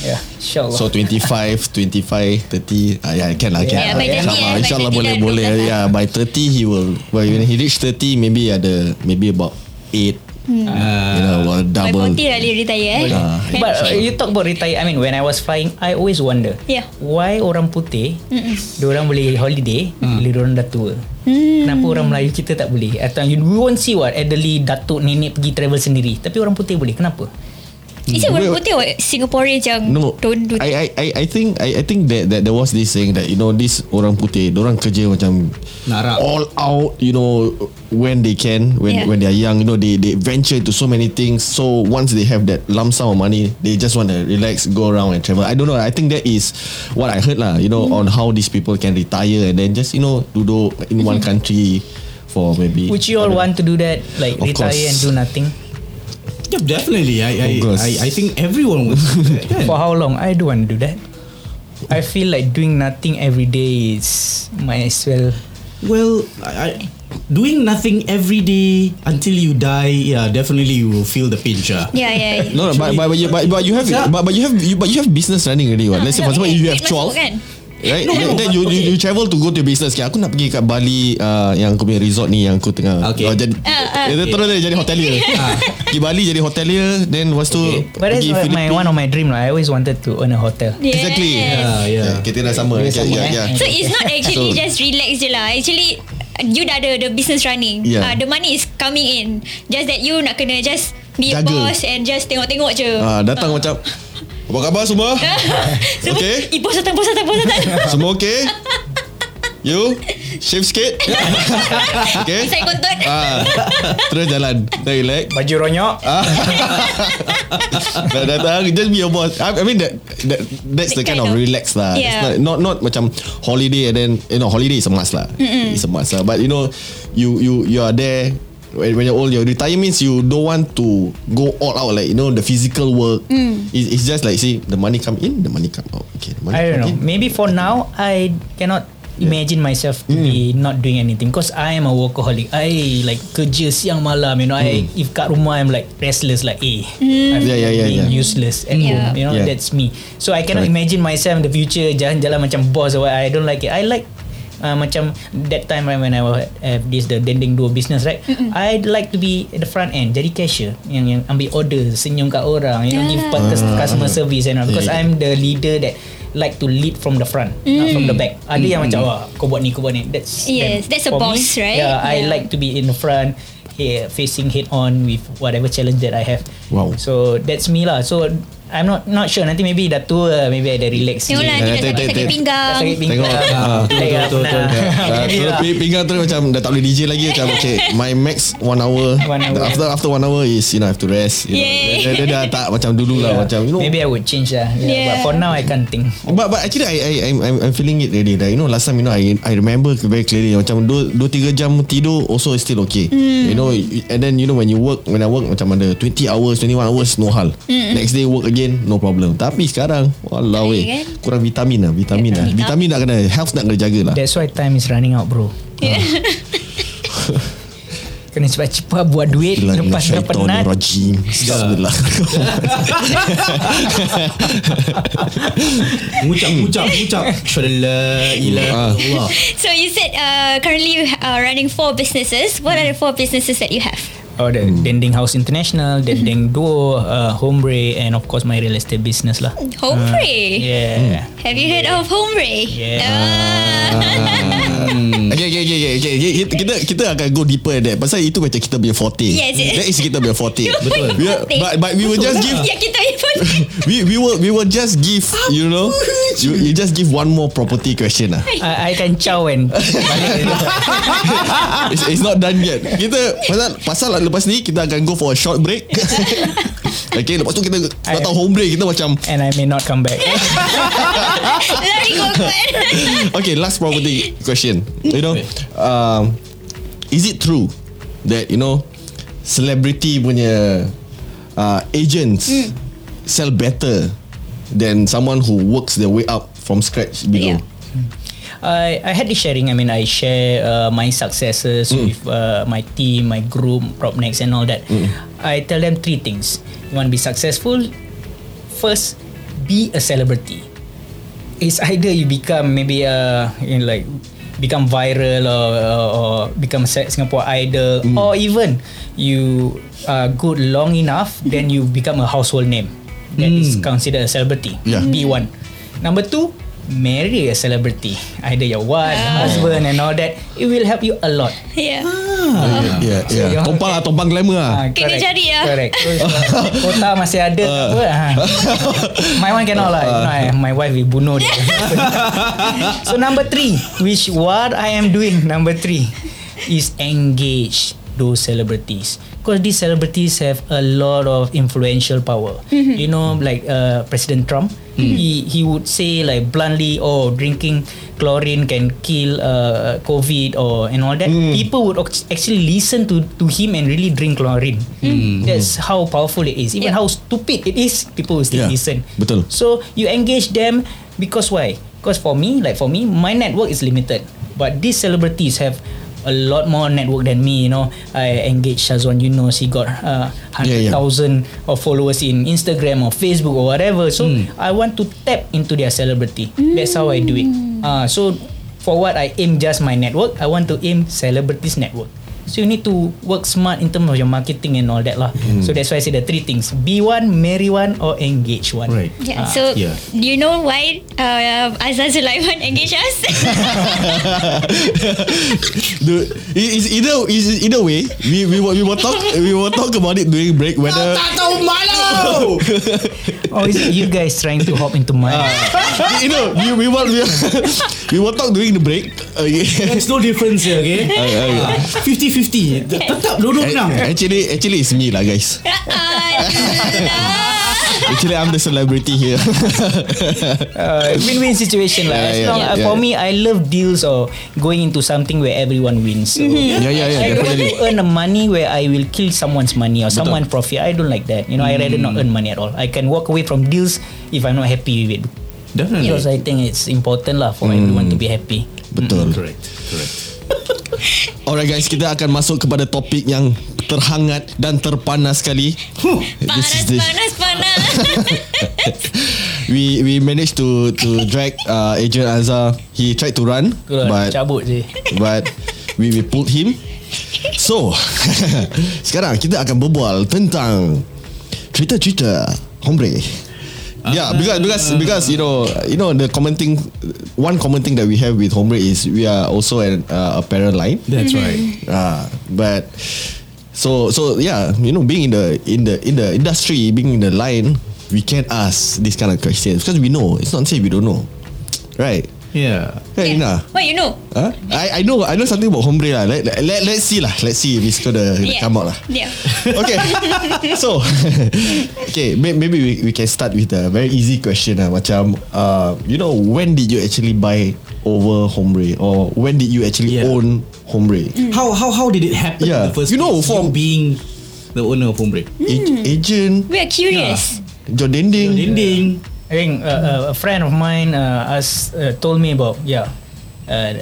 Speaker 2: Yeah, insyaAllah.
Speaker 1: So 25, 25, 30. Ah, yeah, can lah, can.
Speaker 3: Yeah, by
Speaker 1: InsyaAllah,
Speaker 3: 30, yeah, by
Speaker 1: insyaAllah
Speaker 3: 30
Speaker 1: boleh,
Speaker 3: dah
Speaker 1: boleh.
Speaker 3: dua belas
Speaker 1: Yeah, by 30 he will, well, when he reach 30, maybe ada, maybe about 8. You know, well,
Speaker 3: Hmm. By
Speaker 1: double.
Speaker 3: 40 dah boleh retire eh.
Speaker 1: Ah,
Speaker 2: But uh, you talk about retire. I mean, when I was flying, I always wonder
Speaker 3: Yeah.
Speaker 2: why orang putih, orang boleh holiday
Speaker 1: Mm.
Speaker 2: bila orang dah tua.
Speaker 3: Hmm.
Speaker 2: Kenapa orang Melayu kita tak boleh? Atau you we won't see what elderly datuk nenek pergi travel sendiri, tapi orang putih boleh. Kenapa?
Speaker 3: Is it
Speaker 1: Wait,
Speaker 3: orang putih or Singaporeans yang
Speaker 1: No,
Speaker 3: don't do
Speaker 1: I, I I I think I I think that that there was this saying that you know this orang putih, orang kerja macam
Speaker 4: Narak.
Speaker 1: all out, you know when they can, when
Speaker 3: Yeah.
Speaker 1: when they are young, you know they they venture into so many things. So once they have that lump sum of money, they just want to relax, go around and travel. I don't know. I think that is what I heard lah. You know on
Speaker 3: Mm.
Speaker 1: how these people can retire and then just you know duduk in one
Speaker 3: Mm-hmm.
Speaker 1: country for maybe.
Speaker 2: Would you all want to do that? Like
Speaker 1: Of
Speaker 2: retire
Speaker 1: course.
Speaker 2: and do nothing?
Speaker 4: Yeah, definitely.
Speaker 1: Of
Speaker 4: I I,
Speaker 1: course.
Speaker 4: I, I think everyone would. Kan?
Speaker 2: For how long? I don't want to do that. I feel like doing nothing every day is might as well.
Speaker 4: Well, I, I doing nothing every day until you die. Yeah, definitely you will feel the pinch. ah.
Speaker 3: Yeah, yeah. yeah.
Speaker 1: No, no, but, but, but, you- but, but you have
Speaker 4: Yeah.
Speaker 1: but, but you have you, but you have business running already. What? Let's say for
Speaker 3: no,
Speaker 1: example
Speaker 3: eh,
Speaker 1: you
Speaker 3: duit
Speaker 1: have twelve,
Speaker 3: masuk kan?
Speaker 1: right? then, then you, you you travel to go to business. Okay, aku nak pergi kat Bali uh, yang aku punya resort ni yang aku tengah. Oh,
Speaker 4: Okay.
Speaker 1: jadi
Speaker 3: Ah, ah.
Speaker 1: eh, terus dia jadi hotelier. Pergi Bali jadi hotelier, then lepas tu
Speaker 2: But that's what my one of my dream lah. I always wanted to own a hotel.
Speaker 3: Yes.
Speaker 1: Exactly.
Speaker 4: Yeah, yeah.
Speaker 1: Kita dah sama. Okay,
Speaker 2: Kita sama,
Speaker 1: yeah,
Speaker 2: eh.
Speaker 1: yeah.
Speaker 3: So it's not actually
Speaker 1: So-
Speaker 3: just relax je lah. Actually, you dah ada the business running.
Speaker 1: Yeah.
Speaker 3: Uh, the money is coming in. Just that you nak kena just be a
Speaker 1: Jaga.
Speaker 3: boss and just tengok-tengok je.
Speaker 1: Ah, datang macam apa khabar semua?
Speaker 3: Semua,
Speaker 1: Okay.
Speaker 3: Eh, bos datang, bos datang, bos datang.
Speaker 1: Semua okay? You shave sikit. okay.
Speaker 3: Saya kontot.
Speaker 1: Ah, terus jalan. Then relax.
Speaker 2: Baju ronyok.
Speaker 1: Dah datang Just be your boss I, I mean that, that That's the kind,
Speaker 3: That kind
Speaker 1: of,
Speaker 3: of-
Speaker 1: relax lah It's
Speaker 3: Yeah.
Speaker 1: not, not not macam Holiday and then You know holiday is a must lah It's a must lah But you know You you you are there When, when you're old You retire means You don't want to Go all out Like you know The physical work
Speaker 3: Mm.
Speaker 1: It's- It's just like See The money come in The money come out Okay the money
Speaker 2: I don't
Speaker 1: come
Speaker 2: know.
Speaker 1: in.
Speaker 2: Maybe for now I cannot imagine myself to be
Speaker 1: Mm.
Speaker 2: not doing anything because I am a workaholic. I like kerja siang malam. You know, I if kat rumah I'm like restless, like eh, I'm
Speaker 1: Mm. Yeah, yeah, yeah, yeah.
Speaker 2: being useless at
Speaker 3: Mm. Yeah.
Speaker 2: home. You know,
Speaker 1: Yeah.
Speaker 2: that's me. So I cannot
Speaker 1: Correct.
Speaker 2: imagine myself in the future jalan-jalan macam boss or what. I don't like it. I like Uh, macam that time right when I was have this the dending duo business right I like to be at the front end jadi cashier yang yang ambil order senyum kat orang you know give
Speaker 3: Yeah.
Speaker 2: cus-
Speaker 1: Ah,
Speaker 2: customer service and all because
Speaker 1: Yeah.
Speaker 2: I'm the leader that like to lead from the front not from the back ada
Speaker 1: Mm,
Speaker 2: yang macam wah kau buat ni kau buat ni that's
Speaker 3: Mm. Yes,
Speaker 2: them.
Speaker 3: that's a
Speaker 2: For me,
Speaker 3: boss, right?
Speaker 2: yeah, I
Speaker 3: Yeah.
Speaker 2: like to be in the front yeah, facing head on with whatever challenge that I have
Speaker 1: Wow.
Speaker 2: so that's me lah so I'm not not sure nanti maybe dah tua maybe ada relax
Speaker 3: Tengok lah
Speaker 1: Eh,
Speaker 2: sikit.
Speaker 3: ni dah
Speaker 1: tengok,
Speaker 3: sakit-sakit
Speaker 1: tengok.
Speaker 3: pinggang.
Speaker 2: Sakit pinggang.
Speaker 1: Tengok. Ah,
Speaker 4: betul,
Speaker 2: Like,
Speaker 4: betul, betul,
Speaker 2: nah.
Speaker 4: betul.
Speaker 1: Ah,
Speaker 2: Jadi
Speaker 1: terus
Speaker 2: lah.
Speaker 1: ping- pinggang terus macam dah tak boleh DJ lagi macam okay my max one hour,
Speaker 2: One hour.
Speaker 1: after after one hour is you know I have to rest you know.
Speaker 3: Yay.
Speaker 1: Dia, dia dah tak macam dulu lah macam you know
Speaker 2: Maybe I would change lah yeah,
Speaker 3: Yeah.
Speaker 2: But for now I can't think
Speaker 1: But but actually I I I'm, I'm- I'm feeling it really. Like, you know last time you know I I remember very clearly macam 2 2 3 jam tidur also is still okay.
Speaker 3: Hmm.
Speaker 1: You know and then you know when you work when I work macam ada 20 hours 21 hours no hal.
Speaker 3: Hmm.
Speaker 1: Next day work again no problem. Tapi sekarang walau
Speaker 3: Tak boleh,
Speaker 1: eh
Speaker 3: kan?
Speaker 1: kurang vitamin lah vitamin lah.
Speaker 3: Vitamin.
Speaker 1: Vitamin nak kena health nak kena jaga lah.
Speaker 2: That's why time is running out bro Ah. Kena cepat-cepat buat duit
Speaker 1: Gila,
Speaker 2: Lepas dah penat
Speaker 1: Rajim. Bismillah.
Speaker 4: Ngucap, ngucap, ngucap. Shalla
Speaker 1: Ah.
Speaker 4: ila Allah.
Speaker 3: So you said uh, currently you are running four businesses. What are the four businesses that you have?
Speaker 2: Oh the Dending House International Dending Duo uh, Hombre And of course my real estate business lah
Speaker 3: Hmm. Hombre.
Speaker 2: Uh, Yeah
Speaker 3: Have you heard of Hombre? Ah.
Speaker 2: Yeah.
Speaker 1: Okay, okay, okay, okay, okay. Kita- Kita kita akan go deeper at that. Pasal itu macam kita punya forte.
Speaker 3: Yes, yes.
Speaker 1: That is kita punya forte.
Speaker 4: Betul.
Speaker 1: We are, but but we will just give
Speaker 3: Ya kita pun.
Speaker 1: we we will we will just give you know you, you just give one more property question lah.
Speaker 2: I, I can chow and
Speaker 1: Ah, It's, it's not done yet. Kita pasal pasal lah lepas ni kita akan go for a short break. okay, lepas tu kita dah tahu home break kita macam
Speaker 2: And I may not come back
Speaker 3: Lari kokot.
Speaker 1: okay, last property question. You know, um, is it true that you know celebrity punya uh, agents sell better than someone who works their way up from scratch below?
Speaker 3: Yeah.
Speaker 2: I, I had this sharing. I mean, I share uh, my successes with uh, my team, my group, Propnex, and all that. I tell them three things. You want to be successful? First, be a celebrity. It's either you become maybe uh, in like become viral or, or, or become Se- Singapore Idol, or even you are good long enough, then you become a household name that is considered a celebrity.
Speaker 1: Yeah.
Speaker 2: Be one. Number two, marry a celebrity, either your wife, husband, and all that. It will help you a lot.
Speaker 3: Yeah.
Speaker 1: Yeah, yeah.
Speaker 2: you're-
Speaker 1: Tompang lah, tompang glamour lah.
Speaker 2: Ah,
Speaker 3: Kena
Speaker 2: correct,
Speaker 3: cari lah.
Speaker 2: Correct. Kota masih ada tak apa. ah. My one cannot lah. You know, I- my wife will bunuh dia. so number three, which what I am doing number three is engage those celebrities. Because these celebrities have a lot of influential power. You know, like uh, President Trump, he he would say like bluntly, "Oh, drinking chlorine can kill uh, COVID or and all that." People would ac- actually listen to to him and really drink chlorine. That's how powerful it is. Even
Speaker 3: Yeah.
Speaker 2: how stupid it is, people will still
Speaker 1: Yeah,
Speaker 2: listen.
Speaker 1: betul.
Speaker 2: So you engage them because why? Because for me, like for me, my network is limited. But these celebrities have a lot more network than me. You know, I engage Shazwan Yunus. He got uh,
Speaker 1: Yeah,
Speaker 2: hundred
Speaker 1: yeah.
Speaker 2: thousand of followers in Instagram or Facebook or whatever. So
Speaker 1: Hmm.
Speaker 2: I want to tap into their celebrity. That's how I do it.
Speaker 1: Hmm.
Speaker 2: Uh, so for what I aim just my network, I want to aim celebrities network. So you need to work smart in terms of your marketing and all that lah.
Speaker 1: Hmm.
Speaker 2: So that's why I say the three things: be one, marry one, or engage one.
Speaker 4: Right.
Speaker 2: Ah,
Speaker 3: Yeah. so
Speaker 4: yeah.
Speaker 3: do you know why uh, Azhar Sulaiman engaged us?
Speaker 1: Dude, it- it's either it's either way we we will, we will talk we will talk about it during break whether
Speaker 2: Or Oh, is it you guys trying to hop into mine?
Speaker 1: Ah. you know we we will we, we will talk during the break. Uh, Okay.
Speaker 4: There's no difference here, okay?
Speaker 1: Okay.
Speaker 4: Ah, 50-50. Tetap duduk
Speaker 1: A-
Speaker 4: nang.
Speaker 1: Actually, actually it's me lah guys. Actually, I'm the celebrity here.
Speaker 2: Uh, win-win situation lah.
Speaker 1: Yeah,
Speaker 2: As
Speaker 1: yeah,
Speaker 2: long,
Speaker 1: yeah,
Speaker 2: uh,
Speaker 1: yeah.
Speaker 2: for me, I love deals or going into something where everyone wins. So,
Speaker 1: yeah, yeah, yeah,
Speaker 2: I don't want
Speaker 1: Mm-hmm. definitely.
Speaker 2: to earn a money where I will kill someone's money or someone profit. I don't like that. You know, I rather
Speaker 1: Mm.
Speaker 2: not earn money at all. I can walk away from deals if I'm not happy with it.
Speaker 1: Mm.
Speaker 4: Definitely.
Speaker 2: Because I think it's important lah for everyone to be happy.
Speaker 1: Betul.
Speaker 4: Correct. Correct.
Speaker 1: Alright guys, kita akan masuk kepada topik yang terhangat dan terpanas sekali. This is
Speaker 3: Panas,
Speaker 1: the-
Speaker 3: panas, panas.
Speaker 1: we we managed to to drag uh, Adrian Azar. He tried to run,
Speaker 2: Keluar,
Speaker 1: but
Speaker 2: cabut je.
Speaker 1: but we we pulled him. So sekarang kita akan berbual tentang cerita-cerita hombre. Yeah, because because because you know you know the commenting one common thing that we have with hombre is we are also an uh, apparel line.
Speaker 4: That's
Speaker 3: Mm-hmm.
Speaker 4: right.
Speaker 1: Ah, but so so yeah, you know, being in the in the in the industry, being in the line, we can ask these kind of questions because we know. It's not say we don't know, right?
Speaker 4: Yeah.
Speaker 1: Hey, Ina.
Speaker 3: What you know?
Speaker 1: Huh? I I know I know something about hombre lah. Let, let let's see lah. Let's see if it's gonna
Speaker 3: Yeah.
Speaker 1: come out lah.
Speaker 3: Yeah.
Speaker 1: Okay, so okay, may, maybe we, we can start with a very easy question lah. Macam, uh, you know, when did you actually buy over hombre or when did you actually
Speaker 4: Yeah.
Speaker 1: own hombre?
Speaker 4: How how how did it happen?
Speaker 1: Yeah.
Speaker 4: In the first
Speaker 1: You know,
Speaker 4: place?
Speaker 1: from-
Speaker 4: you being the owner of Hombre.
Speaker 3: Mm-hmm.
Speaker 1: Ag- agent
Speaker 3: We are curious.
Speaker 1: John Dending
Speaker 4: Dinding.
Speaker 2: I think uh, uh, a friend of mine uh, asked, uh, told me about yeah, uh,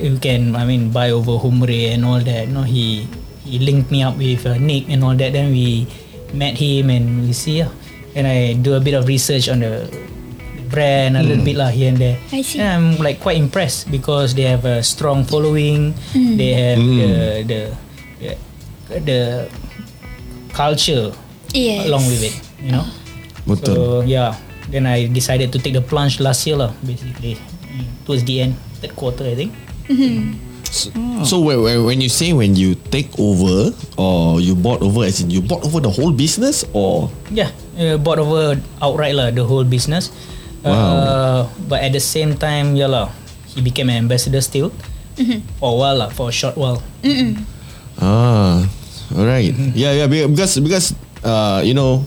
Speaker 2: you can I mean buy over Humre and all that. You know he he linked me up with uh, Nick and all that. Then we met him and we see yeah. And I do a bit of research on the brand a little bit lah here and there.
Speaker 3: I see.
Speaker 2: And I'm like quite impressed because they have a strong following.
Speaker 3: Hmm.
Speaker 2: They have the, the the the culture
Speaker 3: Yes.
Speaker 2: along with it. You know.
Speaker 1: Betul
Speaker 2: So yeah, then I decided to take the plunge last year lah, basically Mm, towards the end, third quarter I think.
Speaker 1: So when, when, when you say When you take over Or you bought over As in you bought over The whole business Or
Speaker 2: Yeah, uh, bought over outright lah the whole business. Uh, but at the same time, yeah lah, he became an ambassador still for a while lah, for a short while.
Speaker 1: Ah, alright. Yeah, yeah. be- Because because uh, you know,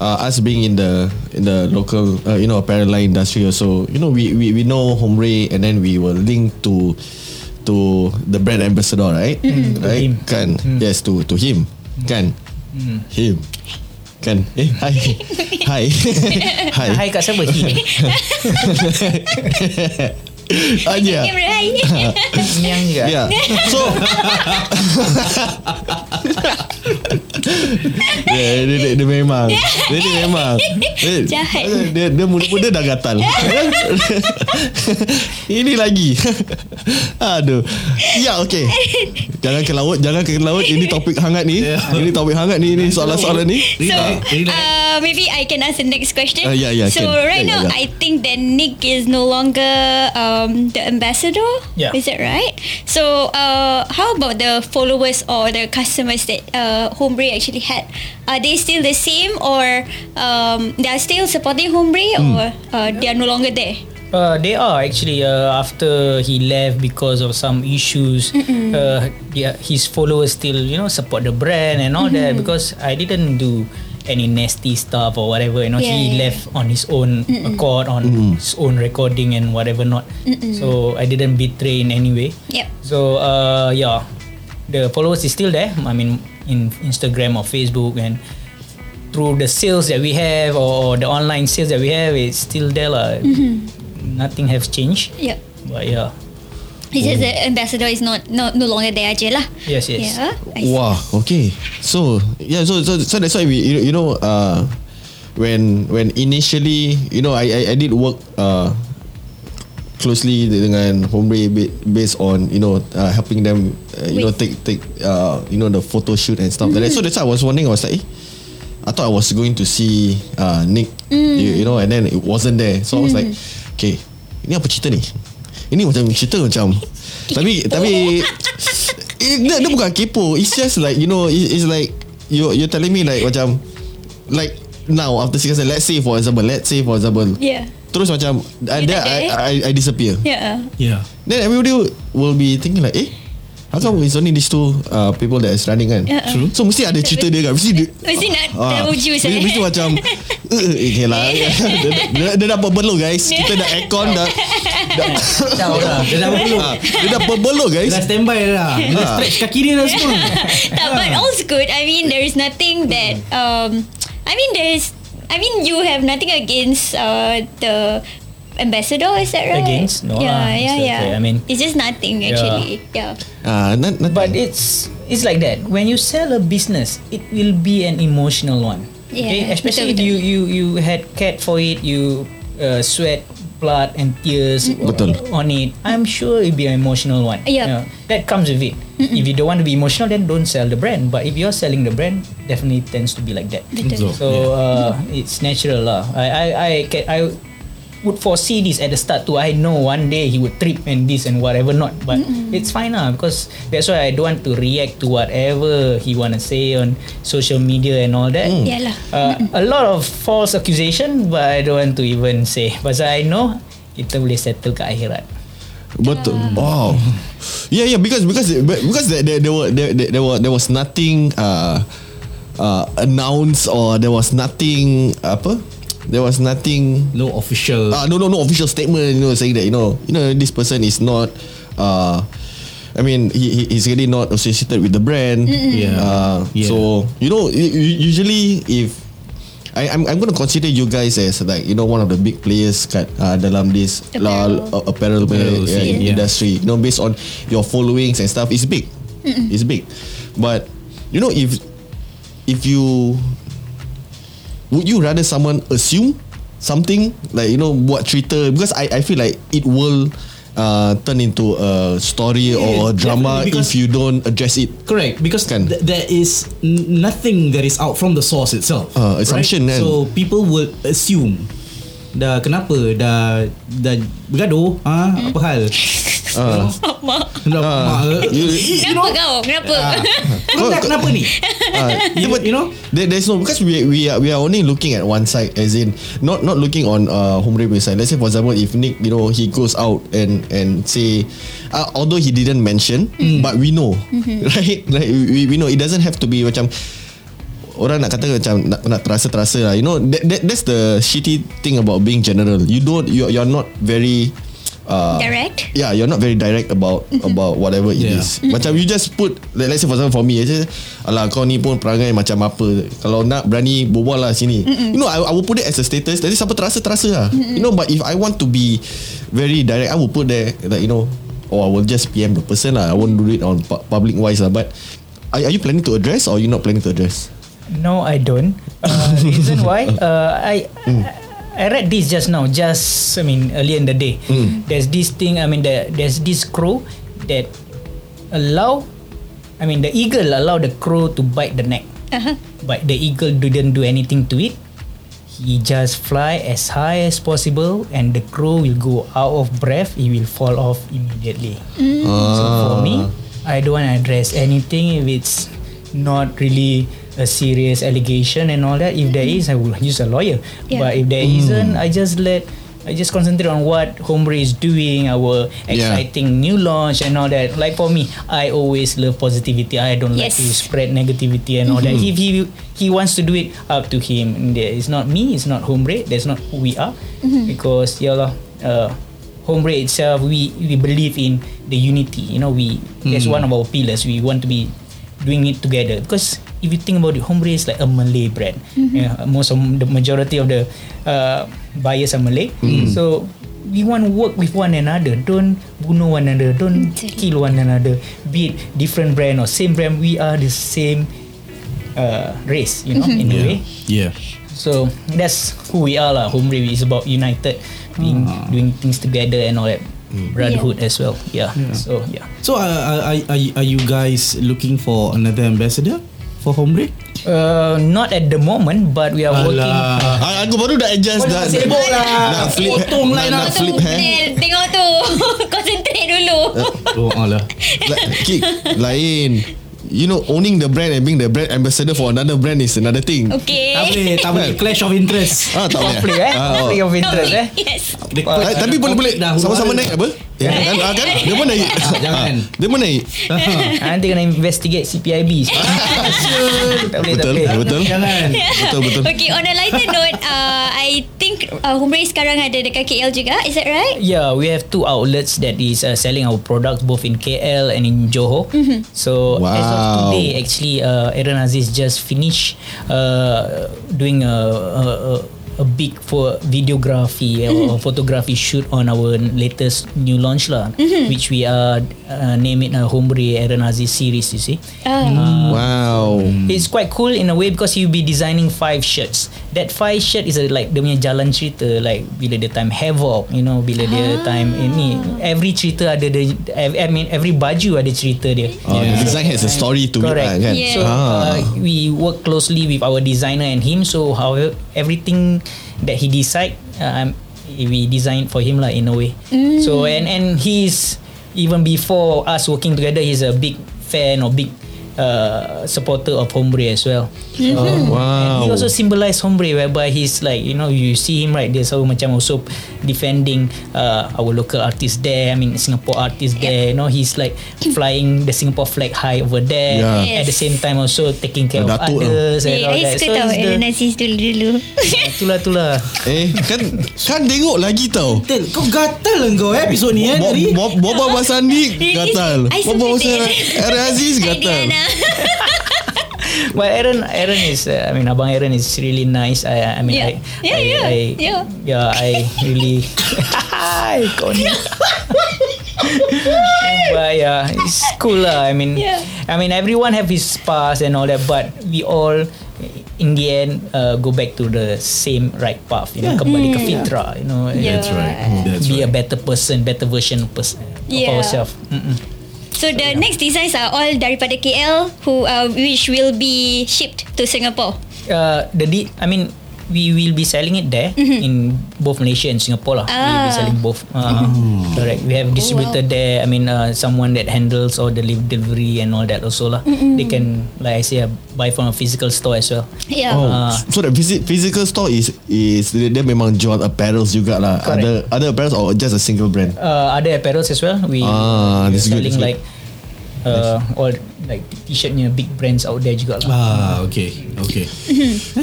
Speaker 1: uh, us being in the in the local uh, you know apparel line industry also, you know, we we, we know Hombre and then we were linked to to the brand ambassador, right? Right?
Speaker 2: Mm-hmm. him. Mm-hmm.
Speaker 1: Kan? Yes, to to him. Kan? Him. Kan? Eh, hi. hi. hi.
Speaker 2: Hi kat siapa? He. eh?
Speaker 1: Ah, yeah.
Speaker 3: Yeah, right.
Speaker 2: Yang juga.
Speaker 1: Yeah. So. yeah, dia, dia, dia memang. Dia, dia memang. Dia,
Speaker 3: Jahat.
Speaker 1: Dia, dia muda-muda dah gatal. Ini lagi. Aduh. Ya, okay. Jangan ke laut, jangan ke laut. Ini topik hangat ni. Ini topik hangat ni. Ini soalan-soalan ni.
Speaker 3: So,
Speaker 4: Relax.
Speaker 3: uh, maybe I can ask the next question.
Speaker 1: Uh, yeah, yeah,
Speaker 3: So
Speaker 1: can.
Speaker 3: right
Speaker 1: Yeah,
Speaker 3: now,
Speaker 1: yeah, yeah.
Speaker 3: I think that Nick is no longer um, the ambassador.
Speaker 2: Yeah.
Speaker 3: Is that right? So, uh, how about the followers or the customers that uh, Hombre actually had? Are they still the same, or um, they are still supporting Hombre,
Speaker 1: Hmm.
Speaker 3: or uh, they are no longer there?
Speaker 2: Uh, they are actually uh, after he left because of some issues. Uh, yeah, his followers still you know support the brand and all that
Speaker 3: Mm-hmm.
Speaker 2: because I didn't do any nasty stuff or whatever. You know,
Speaker 3: Yeah,
Speaker 2: he
Speaker 3: yeah,
Speaker 2: left on his own accord, on his own recording and whatever not. So I didn't betray in any way.
Speaker 3: Yep.
Speaker 2: So uh, yeah, the followers is still there. I mean, in Instagram or Facebook and through the sales that we have or, or the online sales that we have, it's still there lah. Nothing has changed.
Speaker 3: Yep.
Speaker 2: But yeah,
Speaker 3: It's just the
Speaker 1: Oh.
Speaker 3: ambassador is not, not no longer there aja lah.
Speaker 2: yes, yes.
Speaker 3: Yeah. I see.
Speaker 1: Wow. Okay. So yeah. So so so that's why we you, you know uh when when initially you know I I, I did work uh closely dengan Hombre ba- based on you know uh, helping them uh, you know
Speaker 3: With-
Speaker 1: take take uh you know the photo shoot and stuff like that. So that's why I was wondering. I was like. Eh, I thought I was going to see uh, Nick,
Speaker 3: Mm.
Speaker 1: you, you know, and then it wasn't there. So I was like, okay, ini apa cerita ni? Ini macam cerita macam, tapi tapi eh, dia, dia bukan kepo. It's just like you know, it, it's like you you telling me like macam like now after six years, let's say for example, let's say for example,
Speaker 3: Yeah.
Speaker 1: terus macam and then
Speaker 3: tak ada,
Speaker 1: I,
Speaker 3: eh?
Speaker 1: I I disappear.
Speaker 3: Yeah.
Speaker 4: Yeah.
Speaker 1: Then everybody will be thinking like, eh, how come it's only these two uh, people that is running kan?
Speaker 3: Yeah.
Speaker 4: True.
Speaker 1: So mesti ada cerita dia kan Mesti dia
Speaker 3: Mesti nak
Speaker 1: Ah.
Speaker 3: double juice,
Speaker 1: Mesti,
Speaker 3: eh?
Speaker 1: mesti macam eh, eh, Okay lah dia, dia, dia dah perbelur guys Kita dah aircon dah, dah
Speaker 4: Dah dah. Dia dah perlu.
Speaker 1: Ah, Dia dah perbelur guys
Speaker 4: Dah standby dah. Dah stretch kaki dia dah semua.
Speaker 3: Tak, but all's good. I mean, there is nothing that. Um, I mean, there is. I mean, you have nothing against uh, the ambassador, is that right?
Speaker 2: Against? No
Speaker 3: yeah,
Speaker 2: lah,
Speaker 3: yeah,
Speaker 2: it's
Speaker 3: yeah.
Speaker 2: okay. I mean-
Speaker 3: it's just nothing
Speaker 2: Yeah.
Speaker 3: actually. Yeah.
Speaker 1: Uh, not, nothing.
Speaker 2: But it's it's like that. When you sell a business, it will be an emotional one.
Speaker 3: Yeah,
Speaker 2: okay? Especially
Speaker 3: betul,
Speaker 2: you you you had cared for it, you uh, sweat, blood and tears
Speaker 1: Betul.
Speaker 2: on it. I'm sure it'll be an emotional one.
Speaker 3: Yup.
Speaker 2: You know, that comes with it. If you don't want to be emotional, then don't sell the brand. But if you're selling the brand, definitely tends to be like that.
Speaker 3: Betul.
Speaker 2: So uh, it's natural lah. I I I can, I would foresee this at the start too. I know one day he would trip and this and whatever not, but it's fine lah because that's why I don't want to react to whatever he wanna say on social media and all that.
Speaker 3: Yeah lah.
Speaker 2: Uh, a lot of false accusation, but I don't want to even say. Pasal I know kita boleh settle kat akhirat.
Speaker 1: Betul. Wow. Yeah, yeah. Because because because there there, there, were, there, there, there was there was nothing uh, uh, announced or there was nothing apa? There was nothing.
Speaker 4: No official.
Speaker 1: Uh, no, no, no official statement. You know, saying that you know, you know, this person is not. Uh, I mean, he, he he's really not associated with the brand.
Speaker 4: Yeah.
Speaker 1: Uh,
Speaker 4: Yeah.
Speaker 1: So you know, u- u- usually if I, I'm, I'm gonna consider you guys as like you know one of the big players kat uh, dalam this
Speaker 3: Apparel.
Speaker 1: la- uh, apparel punya,
Speaker 4: Apparel
Speaker 1: yeah,
Speaker 4: scene, yeah.
Speaker 1: industry. You know, based on your followings and stuff, it's big. It's big, but you know if if you would you rather someone assume something like you know what Twitter because I I feel like it will. Uh, turn into a story or a
Speaker 4: Yeah,
Speaker 1: drama
Speaker 4: definitely,
Speaker 1: if
Speaker 4: because-
Speaker 1: you don't address it
Speaker 4: Correct, because
Speaker 1: Kan?
Speaker 4: th- there is n- nothing that is out from the source itself.
Speaker 1: Ah, assumption kan?
Speaker 4: right? So people would assume dah kenapa dah dah bergaduh ah apa hal dah mak ke?
Speaker 1: Ah. you,
Speaker 4: you
Speaker 3: Kenapa
Speaker 4: know
Speaker 3: kau? Kenapa?
Speaker 4: kau dah kenapa ni
Speaker 1: uh,
Speaker 4: you, you know
Speaker 1: There, there's no because we we are we are only looking at one side as in not not looking on uh Humre punya side. Let's say for example if Nick you know he goes out and and say uh, although he didn't mention but we know right like we, we know it doesn't have to be macam orang nak kata macam nak, nak terasa terasa lah you know that, that that's the shitty thing about being general you don't you you're not very uh,
Speaker 3: Direct?
Speaker 1: yeah you're not very direct about about whatever it
Speaker 4: Yeah.
Speaker 1: is macam you just put like, let's say for example for me I just alah kau ni pun perangai macam apa kalau nak berani berbual lah sini you know I, I will put it as a status jadi siapa terasa terasa lah you know but if I want to be very direct I will put there like you know or I will just PM the person lah I won't do it on pu- public wise lah but are, are you planning to address or you not planning to address
Speaker 2: No, I don't. Uh, reason why? Uh, I I read this just now. Just I mean earlier in the day. There's this thing. I mean there, there's this crow that allow. I mean the eagle allow the crow to bite the neck, but the eagle didn't do anything to it. He just fly as high as possible, and the crow will go out of breath. He will fall off immediately. So for me, I don't want to address anything if it's not really a serious allegation and all that. If there is, I will use a lawyer.
Speaker 3: Yeah.
Speaker 2: But if there not I just let. I just concentrate on what Hombre is doing, our
Speaker 1: Yeah.
Speaker 2: exciting new launch and all that. Like for me, I always love positivity. I don't like to
Speaker 3: Yes.
Speaker 2: spread negativity and all that. If he he wants to do it, up to him. There- It's not me. It's not Hombre. That's not who we are. Because yeah lah, uh, Hombre itself, we we believe in the unity. You know, we that's one of our pillars. We want to be doing it together because if you think about it, Hombre is like a Malay brand. Yeah, most of the majority of the uh, buyers are Malay, so. We want to work with one another. Don't bunuh one another. Don't kill one another. Be it different brand or same brand, we are the same uh, race, you know, in a way.
Speaker 4: yeah
Speaker 2: So that's who we are, lah. Home Rave is about united, being
Speaker 1: Ah.
Speaker 2: doing things together and all that,
Speaker 1: Hmm.
Speaker 2: brotherhood as well. Yeah. So yeah.
Speaker 4: so uh, are, are, are, are you guys looking for another ambassador for Hombre
Speaker 2: Uh, not at the moment, but we are working.
Speaker 1: I, Ah, aku baru dah adjust
Speaker 2: Kau
Speaker 1: dah
Speaker 2: jangan sibuk lah.
Speaker 1: nak flip
Speaker 4: Oh,
Speaker 1: ha-
Speaker 4: Potong lah
Speaker 1: nak,
Speaker 4: nak.
Speaker 1: nak
Speaker 3: Kau tu
Speaker 1: flip
Speaker 2: eh?
Speaker 1: hair
Speaker 3: Nel, Tengok tu Concentrate dulu
Speaker 4: oh alah
Speaker 1: La- ki- Lain You know Owning the brand And being the brand ambassador For another brand Is another thing
Speaker 3: Okay
Speaker 4: tak boleh tak boleh clash of interest
Speaker 1: Kan? Ah, tak boleh
Speaker 2: Play eh,
Speaker 1: Ah, oh.
Speaker 2: play of
Speaker 3: Tak
Speaker 2: interest
Speaker 3: boleh.
Speaker 2: eh.
Speaker 3: Yes
Speaker 4: Dia-
Speaker 1: Ah, tapi boleh boleh
Speaker 4: Dah,
Speaker 1: sama-sama
Speaker 4: huru-hara.
Speaker 1: naik apa? Ya, kan? Ah, kan? Dia pun naik.
Speaker 4: Jangan.
Speaker 1: Ah, Dia pun naik. Ah.
Speaker 2: Nanti kena investigate CPIB. tak boleh, tak
Speaker 1: Betul,
Speaker 2: boleh.
Speaker 1: betul.
Speaker 4: Jangan.
Speaker 1: Betul, betul.
Speaker 3: Okay on a lighter note uh, I think uh, Humri sekarang ada dekat KL juga Is that right?
Speaker 2: Yeah, we have two outlets that is uh, selling our products both in KL and in Johor. So as of
Speaker 1: Wow.
Speaker 2: today, actually, uh, Aaron Aziz just finished uh, doing a, a, a, a a big for videography uh, or photography shoot on our latest new launch lah, which we are uh, name it a Hombre Aaron Aziz series. You see,
Speaker 3: Ah.
Speaker 1: Ah. Wow.
Speaker 2: it's quite cool in a way because you'll be designing five shirts. That five shirt is a, like dia punya jalan cerita like bila dia time havoc, you know, bila dia time ini every cerita ada the I mean every baju ada cerita dia.
Speaker 1: Oh, The design has a story to it,
Speaker 2: Correct.
Speaker 1: lah, kan?
Speaker 3: Yeah.
Speaker 2: So uh, we work closely with our designer and him. So however, everything that he decide, uh, um, we design for him lah in a way. So and and he's even before us working together, he's a big fan or big uh, supporter of Hombre as well.
Speaker 1: Mm-hmm.
Speaker 2: So, and
Speaker 1: Ah, Wow.
Speaker 2: Hmm. he also symbolise Hombre whereby he's like you know you see him right there so macam also defending uh, our local artists there I mean Singapore artists there you know he's like flying the Singapore flag high over there
Speaker 1: Yeah.
Speaker 2: at the
Speaker 3: Yes.
Speaker 2: same time also taking care of
Speaker 1: Datuk lah.
Speaker 2: others and all
Speaker 3: Dia
Speaker 2: that
Speaker 3: suka tau Aaron
Speaker 2: the,
Speaker 3: Aziz dulu-dulu
Speaker 2: itulah itulah
Speaker 1: Eh, kan kan tengok lagi tau.
Speaker 4: Tel, kau gatal lah kau eh episod ni eh
Speaker 1: Bob,
Speaker 4: tadi.
Speaker 1: Bob, Bob, Bob Basandi
Speaker 3: Really?
Speaker 1: gatal.
Speaker 3: I
Speaker 1: Bob Bob
Speaker 3: sympathetic.
Speaker 1: Basandi Aziz gatal.
Speaker 3: Diana
Speaker 2: but Aaron Aaron is uh, I mean Abang Aaron is really nice I, I mean
Speaker 3: Yeah.
Speaker 2: I,
Speaker 3: Yeah,
Speaker 2: I,
Speaker 3: yeah,
Speaker 2: I,
Speaker 3: yeah.
Speaker 2: yeah I really Hi Connie but yeah, it's cool lah. I mean,
Speaker 3: Yeah.
Speaker 2: I mean, everyone have his past and all that, but we all, in the end, uh, go back to the same right path. You know, kembali ke fitrah. You know,
Speaker 3: Mm, Yeah.
Speaker 4: That's right. Mm. That's
Speaker 2: be a
Speaker 4: right.
Speaker 2: better person, better version of, person,
Speaker 3: Yeah.
Speaker 2: of ourselves. Mm-mm.
Speaker 3: So the next designs are all daripada KL who uh, which will be shipped to Singapore.
Speaker 2: Uh, the de- I mean. We will be selling it there in both Malaysia and Singapore lah. We'll be
Speaker 3: Ah.
Speaker 2: selling both. Uh,
Speaker 1: Mm-hmm.
Speaker 2: Correct. We have distributor there. I mean, uh, someone that handles all the deli- delivery and all that also lah. They can, like I say, uh, buy from a physical store as well.
Speaker 3: Yeah.
Speaker 1: Oh,
Speaker 2: Ah.
Speaker 1: so the phys- physical store is is dia, dia memang jual apparels juga lah. Ada
Speaker 2: Correct.
Speaker 1: ada apparels or just a single brand.
Speaker 2: uh, other apparels as well. We
Speaker 1: Ah,
Speaker 2: we
Speaker 1: that's
Speaker 2: are
Speaker 1: good, that's
Speaker 2: selling
Speaker 1: good.
Speaker 2: like uh, all like t-shirtnya big brands out there juga lah.
Speaker 4: Ah, okay. Okay.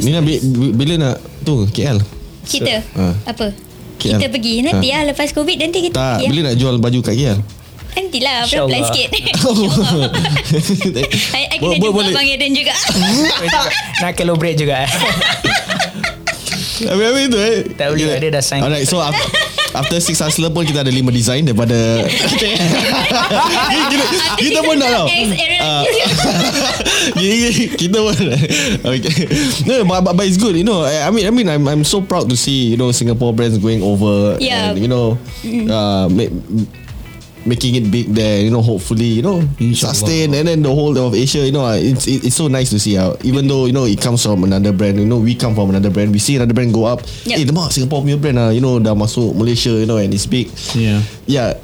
Speaker 1: Ni nak bi- bi- bila nak tu KL.
Speaker 3: Kita
Speaker 1: Ah.
Speaker 3: apa?
Speaker 1: KL.
Speaker 3: Kita pergi nanti
Speaker 1: Ah.
Speaker 3: lah lepas Covid nanti kita
Speaker 1: Tak,
Speaker 3: pergi.
Speaker 1: bila nak jual baju kat KL?
Speaker 3: Nanti lah
Speaker 2: InsyaAllah.
Speaker 3: plan sikit. I, I kena
Speaker 1: Bo- bo-
Speaker 3: jumpa
Speaker 1: boleh.
Speaker 3: Abang Aaron juga.
Speaker 2: Nak calibrate juga. eh.
Speaker 1: Habis-habis tu eh
Speaker 2: Tak boleh,
Speaker 1: Kita-
Speaker 2: dia dah sign.
Speaker 1: Alright so after, after Six Hustler pun Kita ada lima design Daripada kita, kita pun nak tau
Speaker 3: Ex Aaron.
Speaker 1: Ah, Gini-gini, Kita pun okay. No, but, but, but it's good You know I I mean, I mean I'm, I'm so proud to see You know Singapore brands going over And
Speaker 3: Yeah. Mm.
Speaker 1: you know uh, make, Making it big there You know hopefully You know
Speaker 4: Inshallah.
Speaker 1: Sustain And then the whole of Asia You know uh, It's, it- it's so nice to see how Even though you know It comes from another brand You know we come from another brand We see another brand go up
Speaker 3: Yep.
Speaker 1: Eh demak Singapore punya brand lah You know dah masuk Malaysia You know and it's big
Speaker 4: Yeah.
Speaker 1: Yeah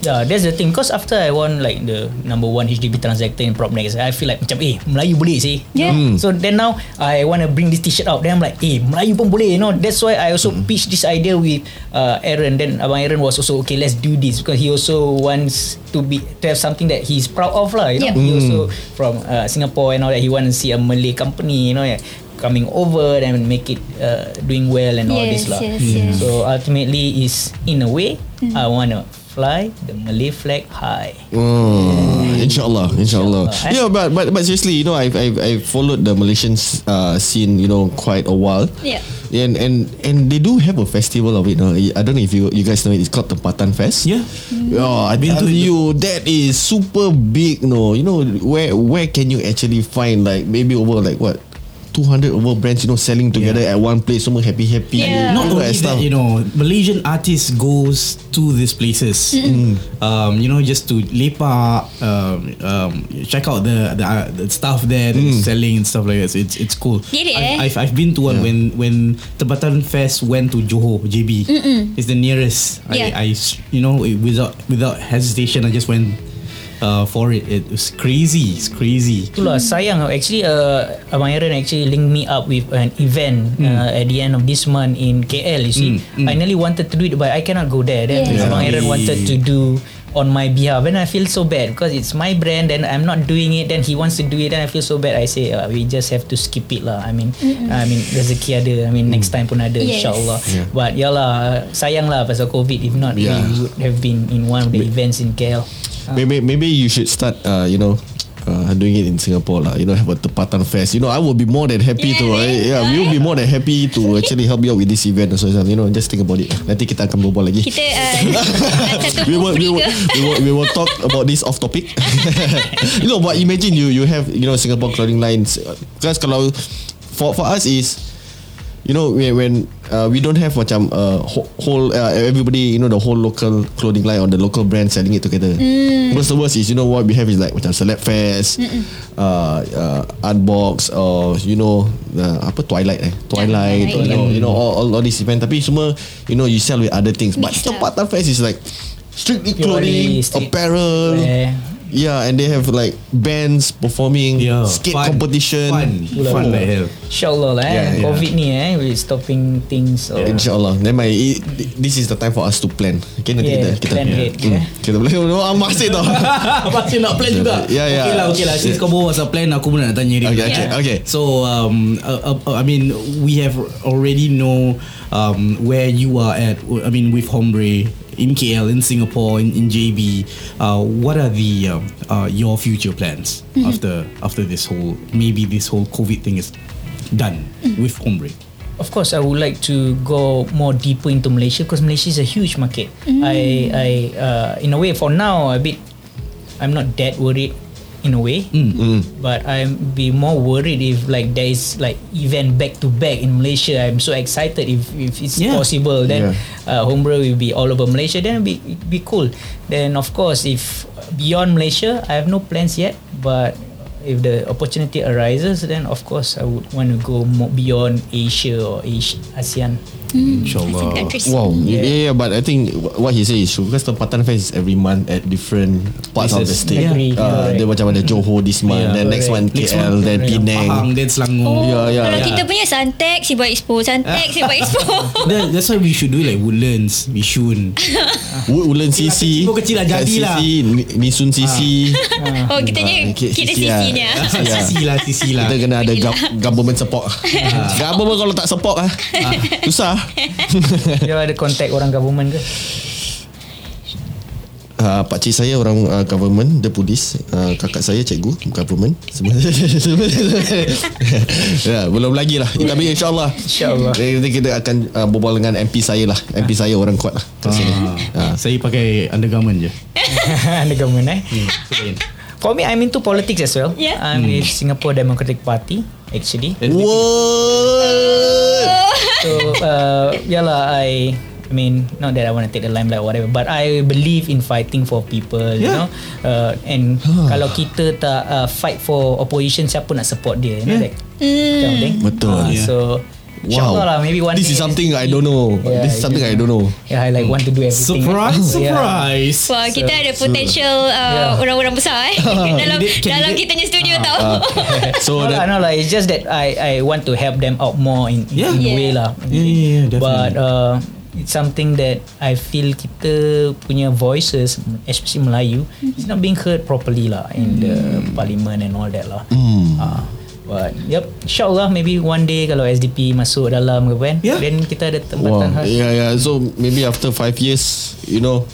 Speaker 2: yeah, that's the thing. Because after I won like the number one HDB transactor in Propnex, I feel like macam eh Melayu boleh sih. Hmm.
Speaker 3: Yeah.
Speaker 2: So then now I want to bring this t-shirt out. Then I'm like eh Melayu pun boleh. You know that's why I also pitch this idea with uh, Aaron. Then Abang Aaron was also okay let's do this because he also wants to be to have something that he's proud of lah. You know
Speaker 3: Yep.
Speaker 2: he also from uh, Singapore and all that. He want to see a Malay company. You know yeah, coming over and make it uh, doing well and all this
Speaker 3: Yes,
Speaker 2: lah.
Speaker 3: yes, yes. Hmm.
Speaker 2: So ultimately is in a way I wanna fly the Malay flag high.
Speaker 1: Mm, inshallah, inshallah.
Speaker 2: Inshallah, eh?
Speaker 1: Yeah, but but but seriously, you know, I've I've, I've followed the Malaysian uh, scene, you know, quite a while.
Speaker 3: Yeah.
Speaker 1: And and and they do have a festival of it. You know. I don't know if you you guys know it. It's called Tempatan Fest.
Speaker 4: Yeah.
Speaker 1: Oh, I
Speaker 4: Been
Speaker 1: tell
Speaker 4: to it.
Speaker 1: you, that is super big. No, you know where where can you actually find like maybe over like what. 200 over brands you know selling together at one place semua happy happy
Speaker 3: Yeah.
Speaker 4: Not
Speaker 1: you know,
Speaker 4: only
Speaker 1: and
Speaker 4: that,
Speaker 1: stuff.
Speaker 4: you know, Malaysian artists goes to these places, um, you know, just to lepak, um, um, check out the the, uh, the stuff there that is selling and stuff like that. So it's it's cool.
Speaker 3: Get it, eh?
Speaker 4: I've, I've, I've been to one when when Tempatan Fest went to Johor, JB. It's the nearest.
Speaker 3: Yeah.
Speaker 4: I, I s- you know it- without without hesitation, I just went. Uh, for it, it was crazy. It's crazy.
Speaker 2: Itulah sayang actually uh, Abang Aaron actually linked me up with an event uh, at the end of this month in KL you see. I nearly wanted to do it but I cannot go there then
Speaker 3: Yes.
Speaker 2: Abang
Speaker 4: Yeah.
Speaker 2: Aaron wanted to do on my behalf and I feel so bad because it's my brand then I'm not doing it then he wants to do it then I feel so bad I say uh, we just have to skip it lah I mean I mean rezeki ada I mean next time pun ada
Speaker 3: Yes.
Speaker 2: insyaallah but yalah sayang lah pasal covid if not
Speaker 1: Yeah.
Speaker 2: we would have been in one of the events in KL
Speaker 1: Ah. Maybe maybe you should start uh, you know uh, doing it in Singapore lah. You know, have a Tepatan Fest. You know, I will be more than happy
Speaker 3: Yeah,
Speaker 1: to.
Speaker 3: right,
Speaker 1: eh, yeah, we will be more than happy to actually help you out with this event. So, you know, just think about it. Nanti kita akan berbual lagi.
Speaker 3: Kita uh, satu
Speaker 1: we will, we
Speaker 3: company
Speaker 1: will,
Speaker 3: ke?
Speaker 1: we will, we will talk about this off topic. you know, but imagine you you have you know Singapore clothing lines. Because kalau for for us is you know when when uh, we don't have macam uh, wh- whole uh, everybody you know the whole local clothing line or the local brand selling it together. Because the worst is you know what we have is like macam Celeb Fest, uh, uh, Unbox or you know uh, apa Twilight eh Twilight, or, you know you know all, all, all these event. Tapi semua you know you sell with other things. But
Speaker 3: Mix lah.
Speaker 1: Tempatan Fest is like strictly clothing,
Speaker 2: Purely street
Speaker 1: apparel.
Speaker 2: wear.
Speaker 1: Yeah, and they have like bands performing,
Speaker 4: Yeah,
Speaker 1: skate
Speaker 4: fun,
Speaker 1: competition.
Speaker 4: Fun, fun
Speaker 2: Oh.
Speaker 4: like hell.
Speaker 2: InsyaAllah lah eh.
Speaker 4: Yeah, yeah.
Speaker 2: COVID ni eh. We stopping things. So.
Speaker 1: Insyaallah. Then my it, this is the time for us to plan. Okay, nanti kita
Speaker 2: Yeah,
Speaker 1: kita
Speaker 2: plan
Speaker 1: yeah.
Speaker 2: ahead, yeah.
Speaker 1: kita boleh. No, ah, masih tau.
Speaker 4: Masih Ah, nak plan juga
Speaker 1: Ya, ya.
Speaker 4: Okay lah okay lah Since kau bawa pasal plan Aku pun nak tanya dia
Speaker 1: Okay, okay, Yeah. okay.
Speaker 4: So um, uh, uh, I mean We have already know um, Where you are at I mean with Hombre In KL In Singapore In, in JB uh, What are the um, uh, Your future plans After After this whole Maybe this whole COVID thing is Done With Hombre
Speaker 2: Of course, I would like to go more deeper into Malaysia because Malaysia is a huge market. I, I, uh, in a way, for now, a bit, I'm not that worried, in a way.
Speaker 4: Mm,
Speaker 2: But I'm be more worried if like there is like event back to back in Malaysia. I'm so excited if if it's
Speaker 4: Yeah.
Speaker 2: possible. Then
Speaker 1: Yeah.
Speaker 2: uh, homebrew will be all over Malaysia. Then it'll be it'll be cool. Then of course, if beyond Malaysia, I have no plans yet, but. If the opportunity arises, then of course I would want to go more beyond Asia or Asia, ASEAN.
Speaker 3: Some
Speaker 4: InsyaAllah
Speaker 3: countries.
Speaker 1: Wow. Yeah. yeah, yeah, but I think wh- what he say is true because Tempatan Fest is every month at different parts of the
Speaker 4: Places.
Speaker 1: state.
Speaker 2: Agree,
Speaker 1: Uh,
Speaker 2: correct.
Speaker 1: dia macam ada Johor this month,
Speaker 4: Yeah,
Speaker 1: then next one
Speaker 2: correct.
Speaker 1: KL,
Speaker 4: Next one,
Speaker 1: then
Speaker 4: yeah,
Speaker 1: Penang.
Speaker 4: Pahang then Selangor
Speaker 3: Oh,
Speaker 1: Yeah, yeah,
Speaker 3: kalau
Speaker 1: yeah.
Speaker 3: kita punya Santex si buat expo, Santex si buat expo.
Speaker 4: That, that's why we should do like Woodlands Yishun
Speaker 1: Wood- Woodland
Speaker 4: Kecil lah,
Speaker 1: CC,
Speaker 4: kecil pun kecil lah,
Speaker 1: Kat
Speaker 4: jadilah.
Speaker 1: CC, Ni- Nisun CC.
Speaker 2: Ah.
Speaker 3: oh, kita ni ah.
Speaker 1: Okay,
Speaker 3: kita
Speaker 1: sisi lah.
Speaker 3: sisinya.
Speaker 1: Yeah.
Speaker 4: Sisi lah Sisi lah
Speaker 1: Kita kena ada gov- government support
Speaker 2: Ah.
Speaker 1: Government kalau tak support ah. Susah
Speaker 2: You ada contact orang government ke?
Speaker 1: uh, Pakcik saya orang uh, government Dia polis uh, Kakak saya cikgu Government Sebenarnya yeah, Belum lagi lah Tapi insyaAllah
Speaker 2: InsyaAllah.
Speaker 1: Nanti kita akan uh, berbual dengan MP saya lah MP saya orang kuat lah kat sini.
Speaker 4: Ah, Saya pakai undergarment je. Hmm,
Speaker 2: Ada government eh? For me, I'm into politics as well.
Speaker 3: Yeah.
Speaker 2: I'm with Singapore Democratic Party actually.
Speaker 1: What?
Speaker 2: So uh, yeah lah, I I mean not that I want to take the limelight or whatever, but I believe in fighting for people. You know, uh, and kalau kita tak uh, fight for opposition, siapa nak support dia? You know,
Speaker 4: Yeah.
Speaker 2: like kind of thing.
Speaker 1: Betul.
Speaker 2: Uh,
Speaker 1: Yeah.
Speaker 2: So
Speaker 1: Wow
Speaker 2: insyaAllah Lah, maybe one
Speaker 1: This is
Speaker 2: day
Speaker 1: something I don't know
Speaker 2: Yeah,
Speaker 1: This is
Speaker 2: I
Speaker 1: something I
Speaker 2: don't
Speaker 1: don't know
Speaker 2: Yeah, I like want to do
Speaker 1: Oh,
Speaker 2: everything.
Speaker 4: Surprise,
Speaker 2: Yeah.
Speaker 4: surprise.
Speaker 3: Wah, kita ada potential
Speaker 2: Yeah.
Speaker 3: uh, orang-orang besar eh. dalam dalam
Speaker 4: Candidate- candidate.
Speaker 3: kita punya studio tau.
Speaker 1: So
Speaker 2: no,
Speaker 1: that,
Speaker 2: lah, no lah. It's just that I I want to help them out more in,
Speaker 4: Yeah.
Speaker 2: in a way
Speaker 3: Yeah.
Speaker 2: lah.
Speaker 4: Yeah, yeah, yeah, definitely.
Speaker 2: But uh, it's something that I feel kita punya voices, especially Melayu, it's not being heard properly lah in the parliament and all that lah.
Speaker 4: Mm.
Speaker 2: Uh, but yep, insyaAllah maybe one day kalau SDP masuk dalam ke kan,
Speaker 4: Yeah.
Speaker 2: then kita ada tempatan
Speaker 1: Wow.
Speaker 2: khas.
Speaker 1: Yeah, yeah. So maybe after five years, you know,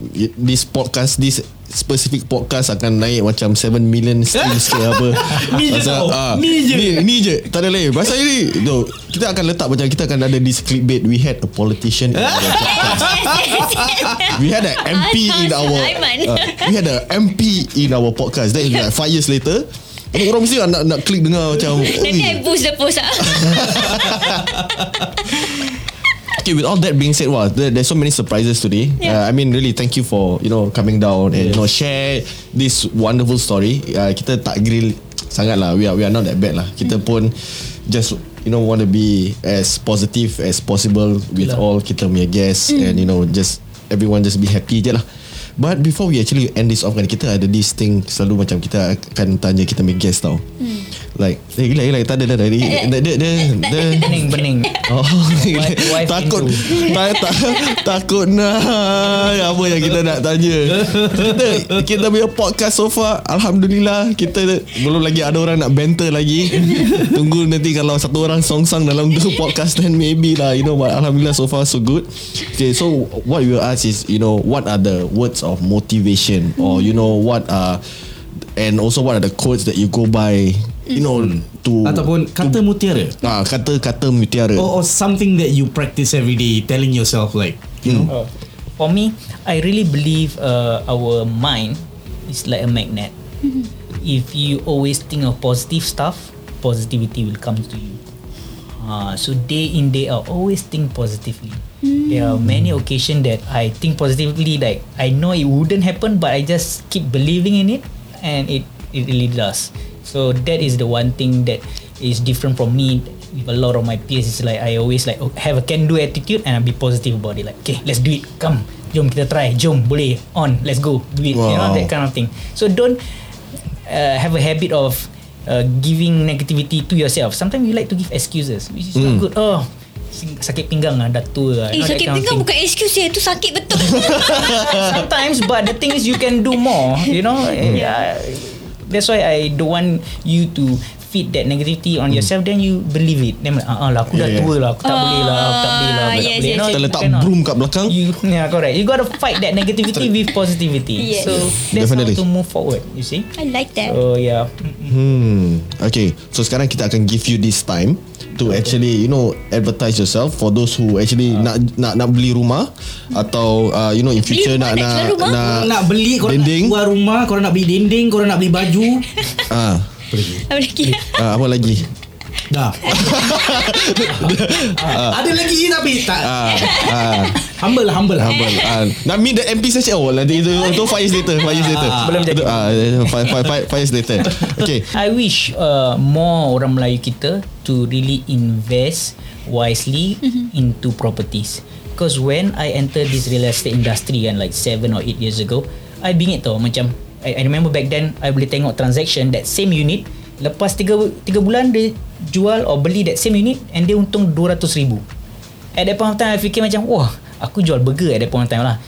Speaker 1: y- this podcast, this specific podcast akan naik macam 7 million streams ke apa.
Speaker 4: Ni je
Speaker 1: Pasal,
Speaker 4: tau.
Speaker 1: ah,
Speaker 4: Ni je.
Speaker 1: Ni, ni je. Tak ada lain. Pasal ini, no, kita akan letak macam kita akan ada this clickbait. We had a politician in our podcast. We had an MP in our
Speaker 3: Aiman.
Speaker 1: uh, We had an MP in our podcast. That is like 5 years later. Orang mesti nak nak klik dengar macam
Speaker 3: Nanti I
Speaker 1: "Oi,
Speaker 3: boost the post ah.
Speaker 1: Okay, with all that being said, wow, there, there's so many surprises today.
Speaker 3: Yeah.
Speaker 1: Uh, I mean, really, thank you for you know coming down and you know share this wonderful story. Uh, kita tak grill sangat lah. We are we are not that bad lah. Kita pun just you know want to be as positive as possible with all kita punya guests and you know just everyone just be happy je lah. But before we actually end this off kan Kita ada this thing Selalu macam kita akan tanya Kita punya guest tau Like Eh gila gila Tak ada dah dah Dia dia dia, dia, dia
Speaker 2: Bening, bening.
Speaker 1: Oh,
Speaker 2: wife
Speaker 1: takut
Speaker 2: into.
Speaker 1: tak, tak, takut nah apa yang kita nak tanya. Kita kita punya podcast so far alhamdulillah kita belum lagi ada orang nak banter lagi. Tunggu nanti kalau satu orang songsang dalam tu podcast then maybe lah you know but alhamdulillah so far so good. Okay, so what we will ask is you know what are the words of motivation or you know what are and also what are the codes that you go by you know to
Speaker 4: Ataupun Oh, kata mutiara
Speaker 1: ah kata kata mutiara
Speaker 4: or, or something that you practice every day telling yourself like you know
Speaker 2: Oh. For me, I really believe uh, our mind is like a magnet. If you always think of positive stuff, positivity will come to you. Uh, so day in day out, always think positively. There are many occasions that I think positively, like I know it wouldn't happen, but I just keep believing in it, and it it really does. So that is the one thing that is different from me with a lot of my peers. It's like I always like oh, have a can-do attitude and be positive about it. Like okay, let's do it. Come, jom kita try. Jom boleh on. Let's go do it. You know
Speaker 1: Wow.
Speaker 2: that kind of thing. So don't uh, have a habit of uh, giving negativity to yourself. Sometimes you like to give excuses, which is not good. Oh, sing- sakit pinggang lah, dah tua lah.
Speaker 3: Eh
Speaker 2: you know, that
Speaker 3: sakit
Speaker 2: kind of
Speaker 3: pinggang
Speaker 2: thing.
Speaker 3: bukan excuse ya Itu sakit betul
Speaker 2: Sometimes, but the thing is you can do more. You know,
Speaker 1: Mm.
Speaker 2: yeah. That's why I don't want you to feed that negativity on yourself. Then you believe it. Then like, ah ah lah, aku dah
Speaker 1: Mm. Yeah, yeah.
Speaker 2: tua lah, aku tak boleh lah, aku tak boleh lah, aku
Speaker 3: Ah,
Speaker 2: tak boleh.
Speaker 3: yes, yes,
Speaker 2: No,
Speaker 3: yes.
Speaker 1: kita
Speaker 2: you
Speaker 1: letak
Speaker 2: cannot.
Speaker 1: broom kat belakang
Speaker 2: You yeah correct. You gotta fight that negativity with positivity.
Speaker 3: Yes.
Speaker 2: So that's
Speaker 1: Definitely.
Speaker 2: how to move forward. You see.
Speaker 3: I like that
Speaker 2: So yeah.
Speaker 1: Hmm. Okay. So sekarang kita akan give you this time to actually you know advertise yourself for those who actually nak nak nak beli rumah atau uh, you know in
Speaker 3: Beli
Speaker 1: future
Speaker 3: rumah,
Speaker 1: nak
Speaker 3: nak
Speaker 1: nak
Speaker 3: jual rumah.
Speaker 1: nak,
Speaker 4: nak beli korang
Speaker 1: Uh, dinding.
Speaker 4: nak keluar rumah korang nak beli dinding korang nak beli baju
Speaker 1: Ah,
Speaker 3: Apa lagi
Speaker 1: ah, apa lagi?
Speaker 4: dah Ah, ada lagi tapi tak
Speaker 1: Ah, ah,
Speaker 4: humble lah humble lah
Speaker 1: humble. Ah, nak meet the MP session. Oh, nanti itu itu five years later, five years later.
Speaker 2: Belum jadi.
Speaker 1: Ah, five, five, five, five years later. Okay.
Speaker 2: I wish uh, more orang Melayu kita to really invest wisely into properties. Because when I entered this real estate industry kan like 7 or 8 years ago, I bingit tau macam I, I remember back then I boleh tengok transaction that same unit lepas 3 3 bulan dia jual or beli that same unit and dia untung 200 ribu. At that point of time I fikir macam Wah Aku jual burger at that point of time lah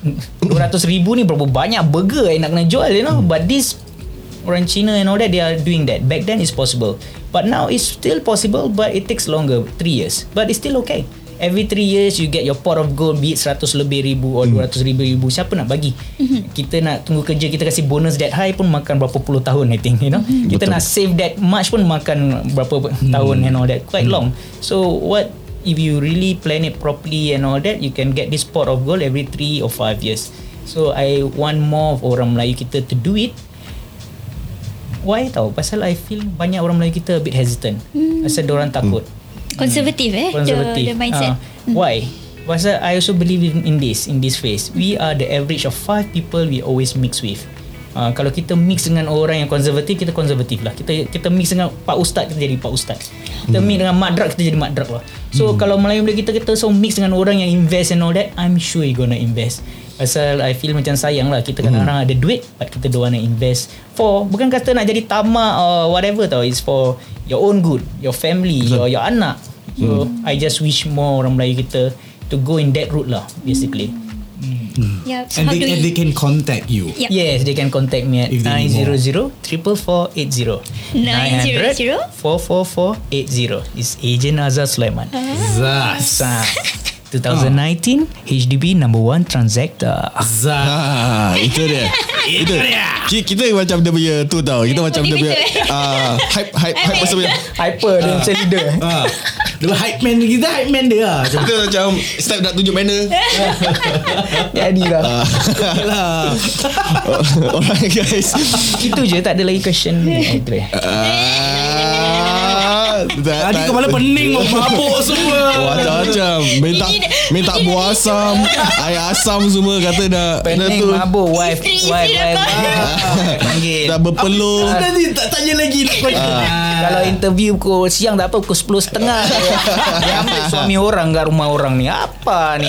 Speaker 2: 200 ribu ni berapa banyak burger yang nak kena jual you know But this Orang Cina and all that They are doing that Back then it's possible But now it's still possible But it takes longer 3 years But it's still okay Every 3 years you get your pot of gold Be it 100 lebih ribu Or 200 ribu ribu Siapa nak bagi Kita nak tunggu kerja Kita kasih bonus that high pun Makan berapa puluh tahun I think you know Kita
Speaker 1: Betul.
Speaker 2: nak save that much pun Makan berapa tahun and all that Quite long So what if you really plan it properly and all that you can get this pot of gold every 3 or 5 years so I want more of orang Melayu kita to do it why tau pasal I feel banyak orang Melayu kita a bit hesitant hmm. pasal orang takut
Speaker 3: Konservatif eh
Speaker 2: conservative
Speaker 3: The, the mindset
Speaker 2: Ah,
Speaker 3: Hmm.
Speaker 2: why pasal I also believe in, in this in this phase we are the average of five people we always mix with Uh, kalau kita mix dengan orang yang konservatif kita konservatif lah kita kita mix dengan pak ustaz kita jadi pak ustaz kita mix dengan mak drug kita jadi mak drug lah so kalau Melayu Melayu kita kita so mix dengan orang yang invest and all that I'm sure you gonna invest pasal I feel macam sayang lah kita kadang-kadang ada duit but kita don't want to invest for bukan kata nak jadi tamak or whatever tau it's for your own good your family your, your anak so
Speaker 4: Hmm.
Speaker 2: I just wish more orang Melayu kita to go in that route lah basically
Speaker 3: yeah,
Speaker 1: Eh,
Speaker 3: so
Speaker 4: and
Speaker 3: how
Speaker 4: they,
Speaker 3: do
Speaker 4: and they
Speaker 3: we
Speaker 4: can contact you
Speaker 3: Yep.
Speaker 2: Yes, they can contact me at
Speaker 4: If they need more.
Speaker 2: 900 44480.
Speaker 3: 900?
Speaker 2: 44480. It's Agent Azhar Sulaiman.
Speaker 4: Uh. Zas
Speaker 2: Sa- 2019 HDB number one transactor.
Speaker 4: Zas
Speaker 1: Ah, itu dia. itu dia. Ki- Kita macam dia punya tu tau. Kita macam dia punya
Speaker 3: Motivator.
Speaker 1: ah, hype hype hype pasal punya.
Speaker 2: Hyper dan macam leader. eh.
Speaker 4: Ah, Dia hype man Kita hype man dia lah Macam
Speaker 1: Kita macam step nak tunjuk banner.
Speaker 2: Jadi lah.
Speaker 4: okay lah
Speaker 1: Oh, Alright guys.
Speaker 2: Itu je tak ada lagi question. Okay.
Speaker 1: Ah, tak-
Speaker 4: Tadi
Speaker 1: tak- Oh,
Speaker 4: kepala pening Mabuk semua
Speaker 1: Macam-macam Minta
Speaker 3: Ini dah-
Speaker 1: Minta
Speaker 3: ini
Speaker 1: buah
Speaker 3: dah-
Speaker 1: asam Air asam semua Kata dah dah
Speaker 2: Pening
Speaker 1: tu
Speaker 2: mabuk wife
Speaker 3: Isteri,
Speaker 2: wife
Speaker 3: isteri dah
Speaker 2: wife. Ah. wife. Panggil.
Speaker 1: Dah berpeluh
Speaker 4: Tadi tak tanya lagi nak question. Ah.
Speaker 2: Kalau interview pukul siang tak apa Pukul 10.30 Dia ambil suami orang kat rumah orang ni Apa ni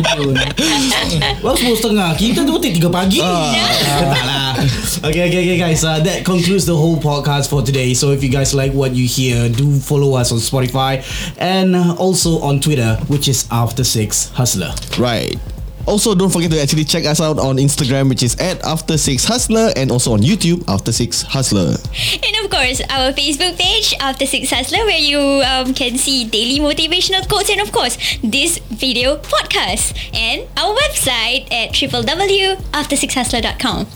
Speaker 2: Ibu ni
Speaker 4: Baru sepuluh setengah Kita tu putih tiga pagi
Speaker 1: Ah.
Speaker 4: Tak lah Okay okay okay guys uh, That concludes the whole podcast for today So if you guys like what you hear Do follow us on Spotify And uh, also on Twitter Which is After Six Hustler
Speaker 1: Right Also don't forget to actually check us out on Instagram which is at After Six Hustler and also on YouTube After Six Hustler.
Speaker 3: And of course, our Facebook page, After Six Hustler, where you um, can see daily motivational quotes and, of course, this video podcast. And our website at www.aftersixhustler.com.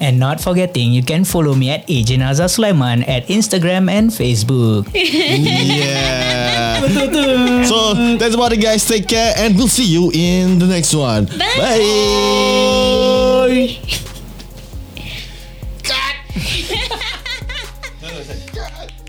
Speaker 2: And not forgetting, you can follow me at Agent Azhar Sulaiman at Instagram and Facebook.
Speaker 1: Yeah. so that's about it, guys. Take care, and we'll see you in the next one.
Speaker 3: Bye.
Speaker 1: Bye.
Speaker 3: God.
Speaker 1: God.